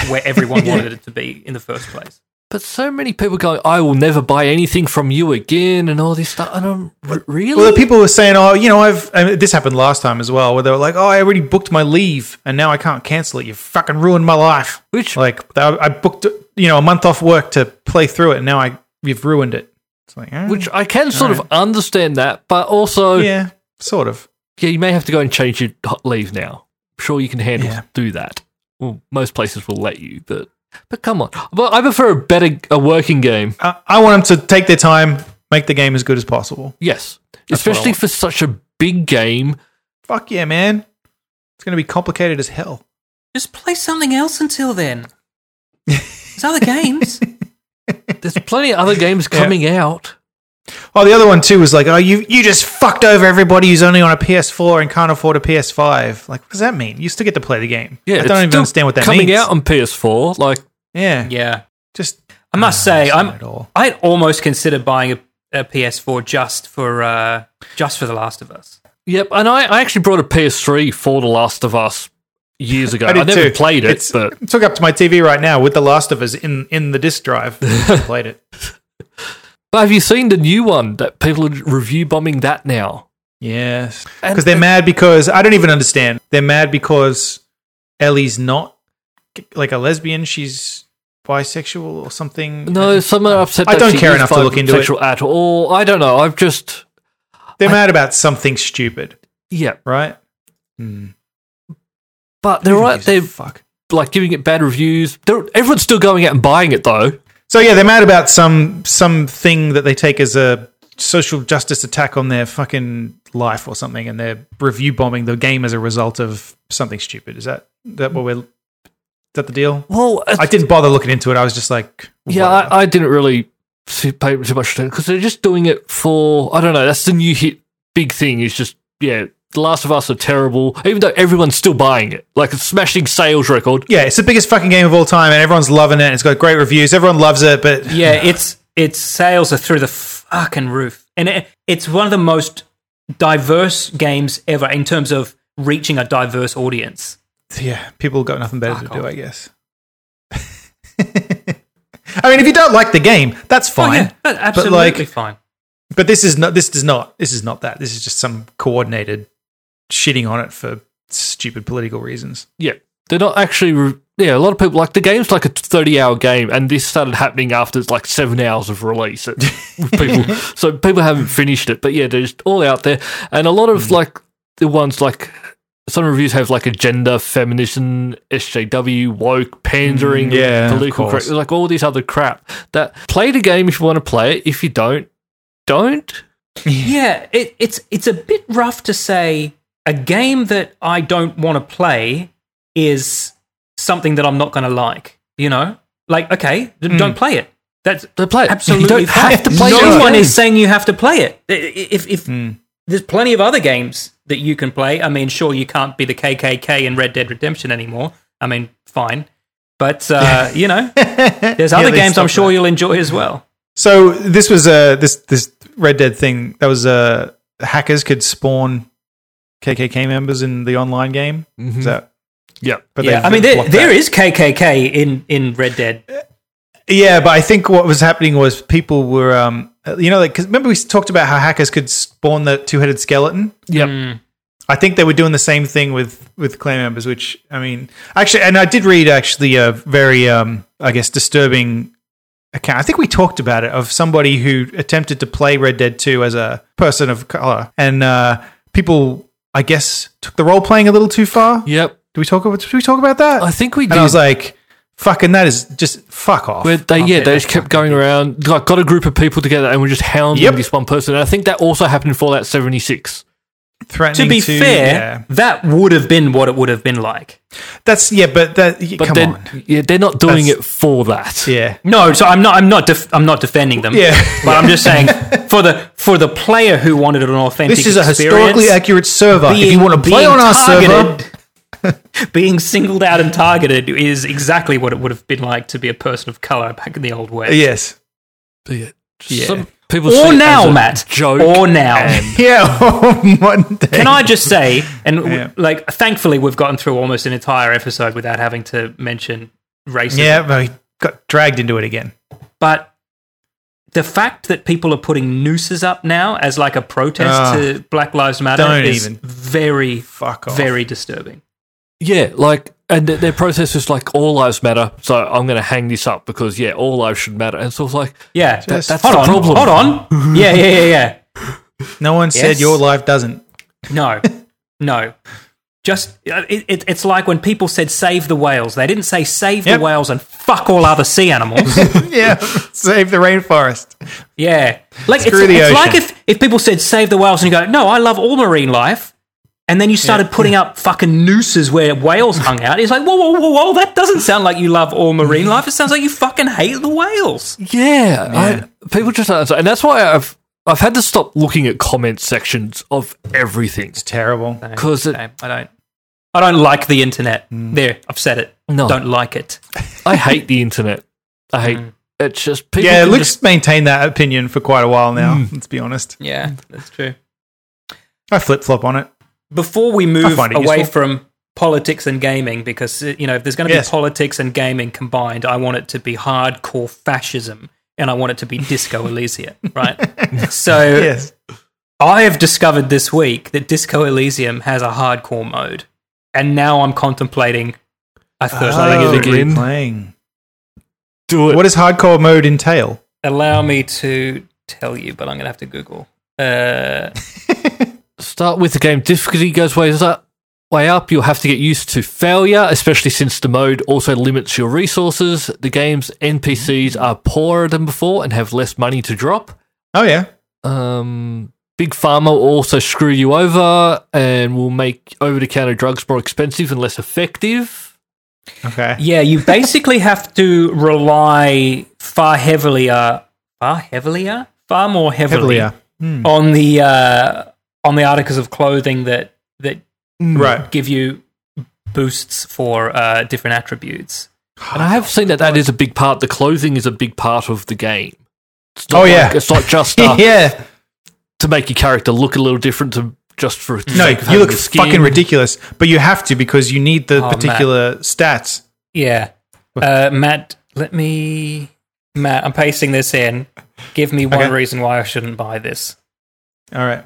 Speaker 2: where everyone wanted it to be in the first place.
Speaker 1: But so many people go, I will never buy anything from you again, and all this stuff. And I'm r- really.
Speaker 3: Well, the people were saying, "Oh, you know, I've I mean, this happened last time as well, where they were like, "Oh, I already booked my leave, and now I can't cancel it. You fucking ruined my life."
Speaker 1: Which-
Speaker 3: like, I, I booked, you know, a month off work to play through it, and now I you've ruined it. It's like, eh,
Speaker 1: which I can sort of understand that, but also, yeah.
Speaker 3: yeah, sort of.
Speaker 1: you may have to go and change your hot leave now. I'm sure you can handle
Speaker 3: Yeah.
Speaker 1: do that. Well, most places will let you, but but come on. But I prefer a better a working game.
Speaker 3: I, I want them to take their time, make the game as good as possible.
Speaker 1: Yes,
Speaker 3: what I
Speaker 1: especially
Speaker 3: want.
Speaker 1: for such a big game.
Speaker 3: Fuck yeah, man. It's going to be complicated as hell.
Speaker 2: Just play something else until then. There's other games.
Speaker 1: There's plenty of other games coming out.
Speaker 3: Oh, the other one too was like, oh, you you just fucked over everybody who's only on a PS4 and can't afford a PS5. Like, what does that mean? You still get to play the game.
Speaker 1: Yeah,
Speaker 3: I
Speaker 1: it's
Speaker 3: don't even
Speaker 1: still
Speaker 3: understand what that
Speaker 1: coming
Speaker 3: means.
Speaker 1: out on PS4. Like,
Speaker 3: yeah,
Speaker 2: Yeah.
Speaker 3: just
Speaker 2: I must say,
Speaker 3: understand
Speaker 2: I'm,
Speaker 3: it all.
Speaker 2: I'd almost consider buying a, a PS4 just for, uh, just for The Last of Us.
Speaker 1: yep. And I, I actually brought a PS3 for The Last of Us years ago. I,
Speaker 3: did
Speaker 1: never
Speaker 3: too.
Speaker 1: played it,
Speaker 3: It's-
Speaker 1: but
Speaker 3: It's hooked up to my TV right now with The Last of Us in in the disc drive. I played it.
Speaker 1: But have you seen the new one that people are review bombing that now?
Speaker 3: Yes,
Speaker 1: And-
Speaker 3: because they're mad because I don't even understand. They're mad because Ellie's not like a lesbian. She's bisexual or something.
Speaker 1: No, some are upset.
Speaker 3: I
Speaker 1: that
Speaker 3: don't
Speaker 1: she
Speaker 3: care
Speaker 1: is
Speaker 3: enough to look into it.
Speaker 1: bisexual at all. I don't know. I've just
Speaker 3: They're mad about something stupid.
Speaker 1: yeah,
Speaker 3: right?
Speaker 1: but they're right.
Speaker 3: Jeez,
Speaker 1: They're
Speaker 3: fuck.
Speaker 1: like giving it bad reviews. They're, everyone's still going out and buying it though.
Speaker 3: So yeah, they're mad about some some thing that they take as a social justice attack on their fucking life or something, and they're review bombing the game as a result of something stupid. Is that that what we're? Is that the deal?
Speaker 1: Well,
Speaker 3: I didn't bother looking into it. I was just like,
Speaker 1: Yeah,
Speaker 3: whatever.
Speaker 1: I, I didn't really see- pay too much attention because they're just doing it for I don't know. That's the new hit big thing. Is just yeah, The Last of Us are terrible, even though everyone's still buying it. Like it's smashing sales record.
Speaker 3: yeah, it's the biggest fucking game of all time, and everyone's loving it. And it's got great reviews. Everyone loves it, but
Speaker 2: Yeah, it's its sales are through the fucking roof, and it, it's one of the most diverse games ever in terms of reaching a diverse audience.
Speaker 3: yeah, people got nothing better to do, I guess. I mean, if you don't like the game, that's
Speaker 2: Oh,
Speaker 3: fine.
Speaker 2: yeah, no, absolutely
Speaker 3: like-
Speaker 2: fine.
Speaker 3: But this is not. This does not. This is not that. This is just some coordinated shitting on it for stupid political reasons.
Speaker 1: Yeah, they're not actually. Re- yeah, a lot of people like the game's like a thirty-hour game, and this started happening after it's like seven hours of release. It, with people, so people haven't finished it, but yeah, they're just all out there, and a lot
Speaker 3: Mm.
Speaker 1: of like the ones like some reviews have like agenda, feminism, SJW, woke, pandering,
Speaker 3: Mm, yeah, of
Speaker 1: political
Speaker 3: course.
Speaker 1: correct, like all this other crap. That play the game if you want to play it. If you don't, don't.
Speaker 2: Yeah, it, it's it's a bit rough to say a game that I don't want to play is something that I'm not going to like. You know, like okay, d- don't play it. That's
Speaker 1: They play it.
Speaker 2: absolutely
Speaker 1: Hmm. you don't
Speaker 2: fine.
Speaker 1: have to play. Hmm.
Speaker 2: No
Speaker 1: those
Speaker 2: one
Speaker 1: games.
Speaker 2: is saying you have to play it. I- i- If if there's plenty of other games that you can play. I mean, sure, you can't be the KKK in Red Dead Redemption anymore. I mean, fine, but uh, you know, there's other
Speaker 3: they
Speaker 2: games I'm
Speaker 3: stopped
Speaker 2: sure you'll enjoy as well.
Speaker 3: So this was a this this Red Dead thing. That was uh, hackers could spawn KKK members in the online game.
Speaker 1: Mm-hmm.
Speaker 3: Is that?
Speaker 1: Yeah.
Speaker 3: But
Speaker 2: Mm-hmm. yeah,
Speaker 3: they've
Speaker 2: I mean, there,
Speaker 3: blocked
Speaker 2: there
Speaker 3: that.
Speaker 2: is KKK in in Red Dead.
Speaker 3: Yeah, but I think what was happening was people were, um, you know, like 'cause remember we talked about how hackers could spawn the two headed skeleton.
Speaker 1: Yep.
Speaker 3: I think they were doing the same thing with with clan members, which I mean, actually, and I did read actually a very, um, I guess, disturbing account. I think we talked about it of somebody who attempted to play Red Dead Two as a person of color, and uh, people, I guess, took the role playing a little too far.
Speaker 1: Yep.
Speaker 3: Do we talk? about Did we talk about that?
Speaker 1: I think we did.
Speaker 3: and I was like, "Fucking, that is just fuck off."
Speaker 1: Where they, yeah,
Speaker 2: bet
Speaker 1: they
Speaker 2: they
Speaker 1: just kept going around, like got a group of people together and were just hounding
Speaker 3: Yep.
Speaker 1: this one person. And I think that also happened in Fallout 76.
Speaker 2: To
Speaker 3: Threatening
Speaker 2: be fair,
Speaker 3: yeah.
Speaker 2: that would have been what it would have been like.
Speaker 3: that's yeah, but that
Speaker 1: But
Speaker 3: come
Speaker 1: then,
Speaker 3: on,
Speaker 1: yeah, they're not doing
Speaker 3: That's-
Speaker 1: it for that.
Speaker 3: yeah,
Speaker 2: No, so I'm not. I'm not. Def- I'm not defending them.
Speaker 3: Yeah.
Speaker 2: but I'm just saying for the for the player who wanted an authentic.
Speaker 3: this is a historically
Speaker 2: experience,
Speaker 3: accurate server. if you
Speaker 2: being-
Speaker 3: want to play
Speaker 2: being
Speaker 3: on our server.
Speaker 2: targeted- being singled out and targeted is exactly what it would have been like to be a person of color back in the old way.
Speaker 3: Yes.
Speaker 1: But yeah, just
Speaker 3: Yeah.
Speaker 1: Some people see
Speaker 2: Or
Speaker 1: it as
Speaker 2: now,
Speaker 1: a
Speaker 2: Matt.
Speaker 1: Joke.
Speaker 2: Or now.
Speaker 3: Yeah. one day.
Speaker 2: Can I just say, and w-
Speaker 3: Yeah.
Speaker 2: like, thankfully, we've gotten through almost an entire episode without having to mention racism.
Speaker 3: Yeah, but he got dragged into it again.
Speaker 2: But the fact that people are putting nooses up now as like a protest
Speaker 3: Ah.
Speaker 2: to Black Lives Matter
Speaker 3: Don't
Speaker 2: is
Speaker 3: even.
Speaker 2: very,
Speaker 3: Fuck off.
Speaker 2: very disturbing.
Speaker 1: yeah, like, and th- their process is like, all lives matter. So I'm going to hang this up because, yeah, all lives should matter. And so it's like,
Speaker 2: Yeah,
Speaker 3: Just-
Speaker 1: that's
Speaker 2: hold
Speaker 1: the
Speaker 2: on,
Speaker 1: problem.
Speaker 2: hold on. yeah, yeah, yeah, yeah.
Speaker 3: No one said
Speaker 2: Yes.
Speaker 3: your life doesn't.
Speaker 2: No, no. Just uh, it, it, it's like when people said "save the whales." They didn't say "save
Speaker 3: Yep.
Speaker 2: the whales" and "fuck all other sea animals."
Speaker 3: yeah. Save the rainforest.
Speaker 2: yeah, like it's,
Speaker 3: Screw the
Speaker 2: it's like
Speaker 3: ocean.
Speaker 2: if if people said "save the whales" and you go, "No, I love all marine life," and then you started putting up fucking nooses where whales hung out. It's like, whoa, whoa, whoa, whoa! That doesn't sound like you love all marine life. It sounds like you fucking hate the whales.
Speaker 1: Yeah, I, people just don't understand. And that's why I've, I've had to stop looking at comment sections of everything.
Speaker 3: Terrible.
Speaker 1: Because
Speaker 2: No, I don't. I don't like the internet. There, I've said it.
Speaker 1: No.
Speaker 2: Don't like it.
Speaker 1: I hate the internet. I hate it's just people.
Speaker 3: Mm. Yeah,
Speaker 1: can
Speaker 3: Luke's
Speaker 1: just-
Speaker 3: maintained that opinion for quite a while now, let's be honest.
Speaker 2: Yeah, that's true.
Speaker 3: I flip flop on it.
Speaker 2: before we
Speaker 3: I
Speaker 2: move
Speaker 3: find it
Speaker 2: away
Speaker 3: useful.
Speaker 2: from politics and gaming, because uh, you know if there's going to
Speaker 3: Yes.
Speaker 2: be politics and gaming combined, I want it to be hardcore fascism, and I want it to be Disco Elysium, right? So
Speaker 3: Yes.
Speaker 2: I have discovered this week that Disco Elysium has a hardcore mode, and now I'm contemplating a third.
Speaker 1: Oh.
Speaker 2: mode.
Speaker 1: again.
Speaker 3: Playing.
Speaker 1: do it.
Speaker 3: What does hardcore mode entail?
Speaker 2: Allow me to tell you, but I'm going to have to Google. Uh,
Speaker 1: start with the game difficulty goes way up. Way up, you'll have to get used to failure, especially since the mode also limits your resources. The game's NPCs are poorer than before and have less money to drop.
Speaker 3: Oh yeah.
Speaker 1: Um, Big Pharma will also screw you over and will make over the counter drugs more expensive and less effective.
Speaker 3: Okay.
Speaker 2: Yeah, you basically have to rely far heavier, far heavier, far more heavily
Speaker 3: Heavily. Hmm.
Speaker 2: on the uh, on the articles of clothing that that
Speaker 3: Right.
Speaker 2: give you boosts for uh, different attributes.
Speaker 1: And I have seen that that is a big part. The clothing is a big part of the game. It's not
Speaker 3: Oh, yeah.
Speaker 1: like- it's not just uh,
Speaker 3: yeah.
Speaker 1: to make your character look a little different to just for
Speaker 3: No,
Speaker 1: sake of
Speaker 3: you
Speaker 1: having
Speaker 3: look
Speaker 1: the skin.
Speaker 3: fucking ridiculous, but you have to because you need the
Speaker 2: Oh,
Speaker 3: particular stats.
Speaker 2: Yeah, uh, Matt, let me. Matt, I'm pasting this in. Give me one
Speaker 3: Okay.
Speaker 2: reason why I shouldn't buy this.
Speaker 3: All right.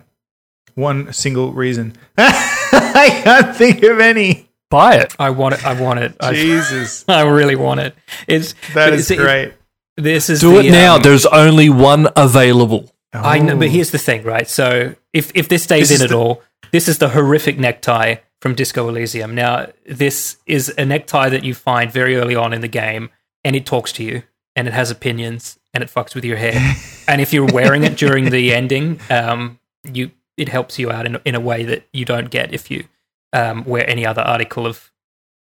Speaker 3: One single reason. I can't think of any.
Speaker 1: Buy it.
Speaker 2: I want it. I want it. I,
Speaker 3: Jesus.
Speaker 2: I really want it. It's
Speaker 3: That
Speaker 2: it's-
Speaker 3: is
Speaker 2: it-
Speaker 3: great.
Speaker 2: This is
Speaker 1: Do
Speaker 2: the,
Speaker 1: it now.
Speaker 2: um,
Speaker 1: There's only one available.
Speaker 2: I know, but
Speaker 3: Oh.
Speaker 2: here's the thing, right? So if if this stays
Speaker 3: This is
Speaker 2: in at
Speaker 3: the-
Speaker 2: all, this is the horrific necktie from Disco Elysium. Now, this is a necktie that you find very early on in the game, and it talks to you, and it has opinions, and it fucks with your head. and if you're wearing it during the ending, um, you it helps you out in in a way that you don't get if you um, wear any other article of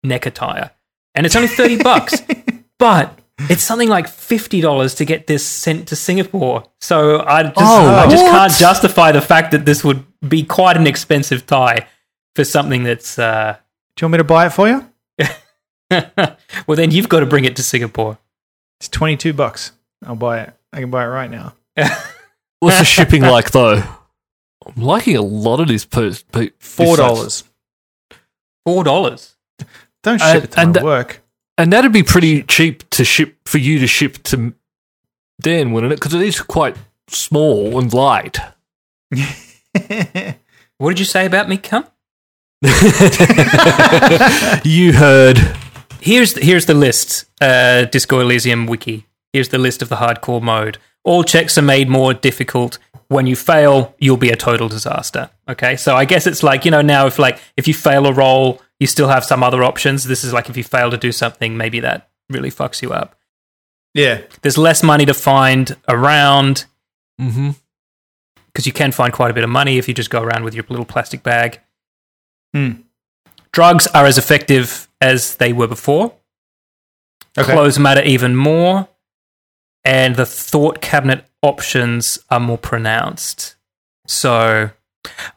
Speaker 2: neck attire. And it's only thirty bucks, but. It's something like fifty dollars to get this sent to Singapore, so I just
Speaker 1: Oh,
Speaker 2: I just
Speaker 1: what?
Speaker 2: can't justify the fact that this would be quite an expensive tie for something that's. Uh,
Speaker 3: Do you want me to buy it for you?
Speaker 2: well, then you've got to bring it to Singapore.
Speaker 3: It's 22 bucks. I'll buy it. I can buy it right now.
Speaker 1: What's the shipping like though? I'm liking a lot of these posts.
Speaker 3: Four dollars.
Speaker 2: Four dollars.
Speaker 3: Don't ship
Speaker 1: Uh,
Speaker 3: it to
Speaker 1: and
Speaker 3: my
Speaker 1: the-
Speaker 3: work.
Speaker 1: and that'd be pretty cheap to ship for you to ship to Dan, wouldn't it? Because it is quite small and light.
Speaker 2: What did you say about me, cum?
Speaker 1: You heard.
Speaker 2: Here's here's the list. Uh, Disco Elysium wiki. Here's the list of the hardcore mode. All checks are made more difficult. When you fail, you'll be a total disaster. Okay, so I guess it's like you know now if like if you fail a roll, you still have some other options. This is like if you fail to do something, maybe that really fucks you up.
Speaker 3: yeah.
Speaker 2: There's less money to find around
Speaker 1: Mm-hmm.
Speaker 2: because you can find quite a bit of money if you just go around with your little plastic bag.
Speaker 3: Hmm.
Speaker 2: Drugs are as effective as they were before.
Speaker 3: Okay.
Speaker 2: Clothes matter even more, and the thought cabinet options are more pronounced. So,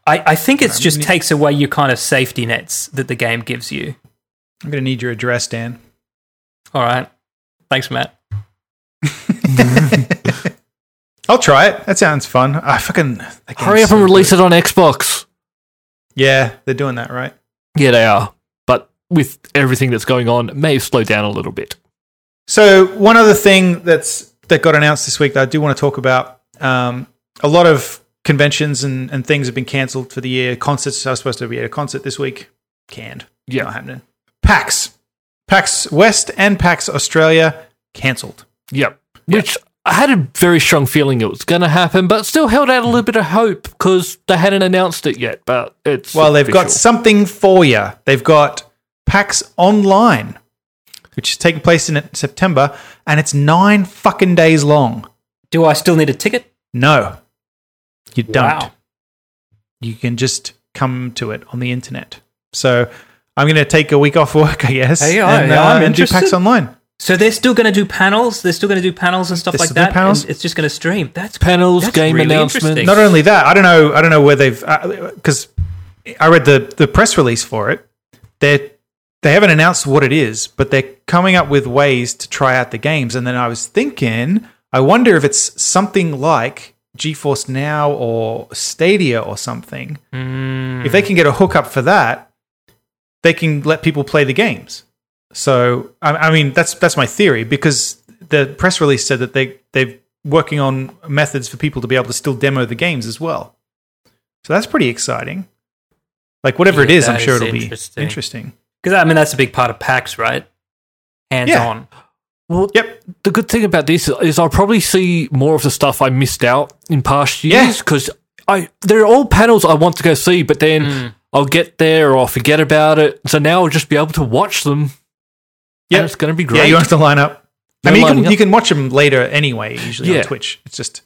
Speaker 2: I, I think it just takes away your kind of safety nets that the game gives you.
Speaker 3: I'm going to need your address, Dan.
Speaker 2: All right, thanks, Matt.
Speaker 3: I'll try it. That sounds fun. I fucking. that
Speaker 1: Hurry
Speaker 3: game's
Speaker 1: up and
Speaker 3: so
Speaker 1: release
Speaker 3: good.
Speaker 1: it on Xbox.
Speaker 3: Yeah, they're doing that, right?
Speaker 1: Yeah, they are. But with everything that's going on, it may have slowed down a little bit.
Speaker 3: So one other thing that's that got announced this week that I do want to talk about. Um, a lot of conventions and, and things have been cancelled for the year. Concerts. I was supposed to be at a concert this week. Canned.
Speaker 1: Yeah.
Speaker 3: Not happening. PAX. PAX West and PAX Australia cancelled.
Speaker 1: Yep. Which I had a very strong feeling it was going to happen, but still held out a little bit of hope because they hadn't announced it yet. But it's
Speaker 3: Well, they've got
Speaker 1: official.
Speaker 3: something for you. They've got PAX Online, which is taking place in September, and it's nine fucking days long.
Speaker 2: Do I still need a ticket?
Speaker 3: No, you don't.
Speaker 2: Wow.
Speaker 3: You can just come to it on the internet. So I'm going to take a week off work, I guess,
Speaker 2: Hey, I- I'm
Speaker 3: and do PAX
Speaker 2: interested.
Speaker 3: Online.
Speaker 2: So they're still going to do panels. They're still going to do panels and stuff
Speaker 3: They're
Speaker 2: like
Speaker 3: still doing
Speaker 2: that.
Speaker 3: panels?
Speaker 2: and it's just going to stream. That's
Speaker 1: panels,
Speaker 2: That's
Speaker 1: game
Speaker 2: really
Speaker 1: announcements.
Speaker 2: interesting.
Speaker 3: Not only that, I don't know. I don't know where they've because I read the the press release for it. They they haven't announced what it is, but they're coming up with ways to try out the games. And then I was thinking, I wonder if it's something like GeForce Now or Stadia or something. If
Speaker 2: Hmm.
Speaker 3: they can get a hookup for that, they can let people play the games. So I, I mean, that's that's my theory because the press release said that they they're working on methods for people to be able to still demo the games as well. So that's pretty exciting. Like whatever it
Speaker 2: Yeah,
Speaker 3: is, I'm
Speaker 2: that
Speaker 3: sure
Speaker 2: is
Speaker 3: it'll
Speaker 2: interesting.
Speaker 3: be interesting.
Speaker 2: because I mean that's a big part of PAX, right? Hands
Speaker 3: Yeah.
Speaker 2: on.
Speaker 1: Well,
Speaker 3: Yep.
Speaker 1: the good thing about this is I'll probably see more of the stuff I missed out in past
Speaker 3: Yeah.
Speaker 1: years because I they're all panels I want to go see, but then I'll get there or I'll forget about it. So now I'll just be able to watch them. Yeah,
Speaker 3: Yep.
Speaker 1: it's going to be
Speaker 3: Yeah,
Speaker 1: great.
Speaker 3: you don't have to line up. I
Speaker 1: No
Speaker 3: mean, you
Speaker 1: lining
Speaker 3: can,
Speaker 1: up.
Speaker 3: you can watch them later anyway, usually
Speaker 1: Yeah.
Speaker 3: on Twitch. It's just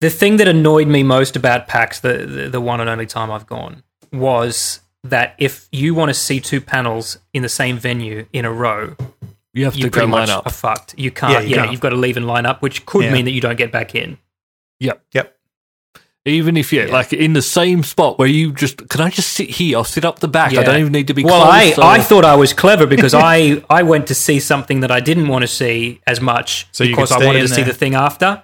Speaker 2: The thing that annoyed me most about PAX, the, the, the one and only time I've gone, was that if you want to see two panels in the same venue in a row,
Speaker 1: You have
Speaker 2: you
Speaker 1: to go
Speaker 2: pretty much
Speaker 1: line
Speaker 2: are
Speaker 1: up.
Speaker 2: fucked. You can't.
Speaker 3: Yeah,
Speaker 2: Yeah,
Speaker 3: you
Speaker 2: you
Speaker 3: can't.
Speaker 2: have got to leave and line up, which could
Speaker 3: Yeah.
Speaker 2: mean that you don't get back in.
Speaker 1: Yep.
Speaker 3: Yep.
Speaker 1: Even if you're like in the same spot where you just can I just sit here? I'll sit up the back. I
Speaker 2: Yeah.
Speaker 1: don't even need to be.
Speaker 2: Well, I,
Speaker 1: close,
Speaker 2: I
Speaker 1: or-
Speaker 2: thought I was clever because I, I went to see something that I didn't want to see as much
Speaker 3: So you could
Speaker 2: because
Speaker 3: stay
Speaker 2: I wanted
Speaker 3: in
Speaker 2: to see
Speaker 3: there. Mm.
Speaker 2: the thing after.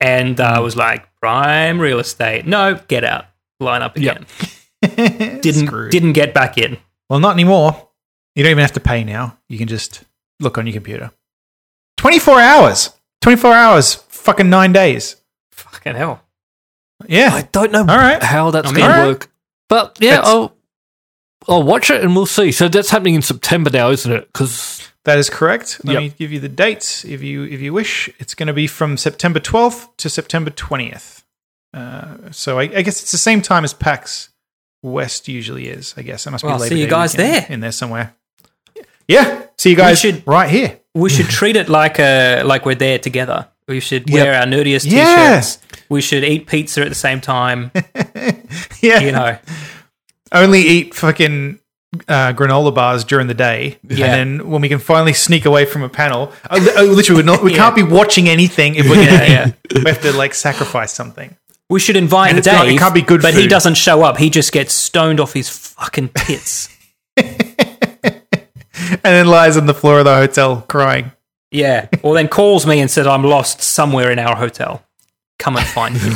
Speaker 2: And uh, I was like, prime real estate. No, get out. Line up
Speaker 1: Yep.
Speaker 2: again. Didn't
Speaker 3: Screwed.
Speaker 2: didn't get back in.
Speaker 3: Well, not anymore. You don't even have to pay now. You can just look on your computer. 24 hours. 24 hours. Fucking nine days.
Speaker 2: Fucking hell.
Speaker 3: Yeah.
Speaker 1: I don't know
Speaker 3: right.
Speaker 1: how that's
Speaker 2: I
Speaker 1: going
Speaker 3: mean-
Speaker 1: to work. But yeah,
Speaker 3: That's-
Speaker 1: I'll I'll watch it and we'll see. So that's happening in September now, isn't it? Because
Speaker 3: that is correct. Let
Speaker 1: Yep.
Speaker 3: me give you the dates if you if you wish. It's going to be from September 12th to September 20th. Uh, so I, I guess it's the same time as PAX West usually is. I guess I must
Speaker 2: Well,
Speaker 3: be.
Speaker 2: see
Speaker 3: Labor
Speaker 2: you
Speaker 3: Day
Speaker 2: guys
Speaker 3: weekend
Speaker 2: there.
Speaker 3: in there somewhere. Yeah. See you guys
Speaker 2: should-
Speaker 3: right here.
Speaker 2: We should treat it like uh like we're there together. We should wear our nerdiest
Speaker 3: Yeah.
Speaker 2: t-shirts. We should eat pizza at the same time.
Speaker 3: Yeah.
Speaker 2: You know,
Speaker 3: only eat fucking uh, granola bars during the day,
Speaker 2: Yeah.
Speaker 3: and then when we can finally sneak away from a panel, I, li- I literally would not. We can't be watching anything if we're going to.
Speaker 2: Yeah,
Speaker 3: We have to like sacrifice something.
Speaker 2: we should invite
Speaker 3: And it's
Speaker 2: Dave.
Speaker 3: not- it can't be good
Speaker 2: but he
Speaker 3: food.
Speaker 2: doesn't show up. He just gets stoned off his fucking tits.
Speaker 3: And then lies on the floor of the hotel crying.
Speaker 2: yeah. Or then calls me and says I'm lost somewhere in our hotel. Come and find me.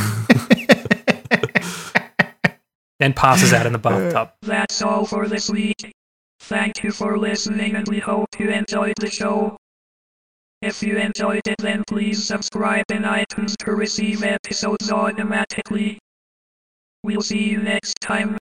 Speaker 2: then passes out in the bathtub.
Speaker 5: That's all for this week. Thank you for listening and we hope you enjoyed the show. If you enjoyed it then please subscribe in iTunes to receive episodes automatically. We'll see you next time.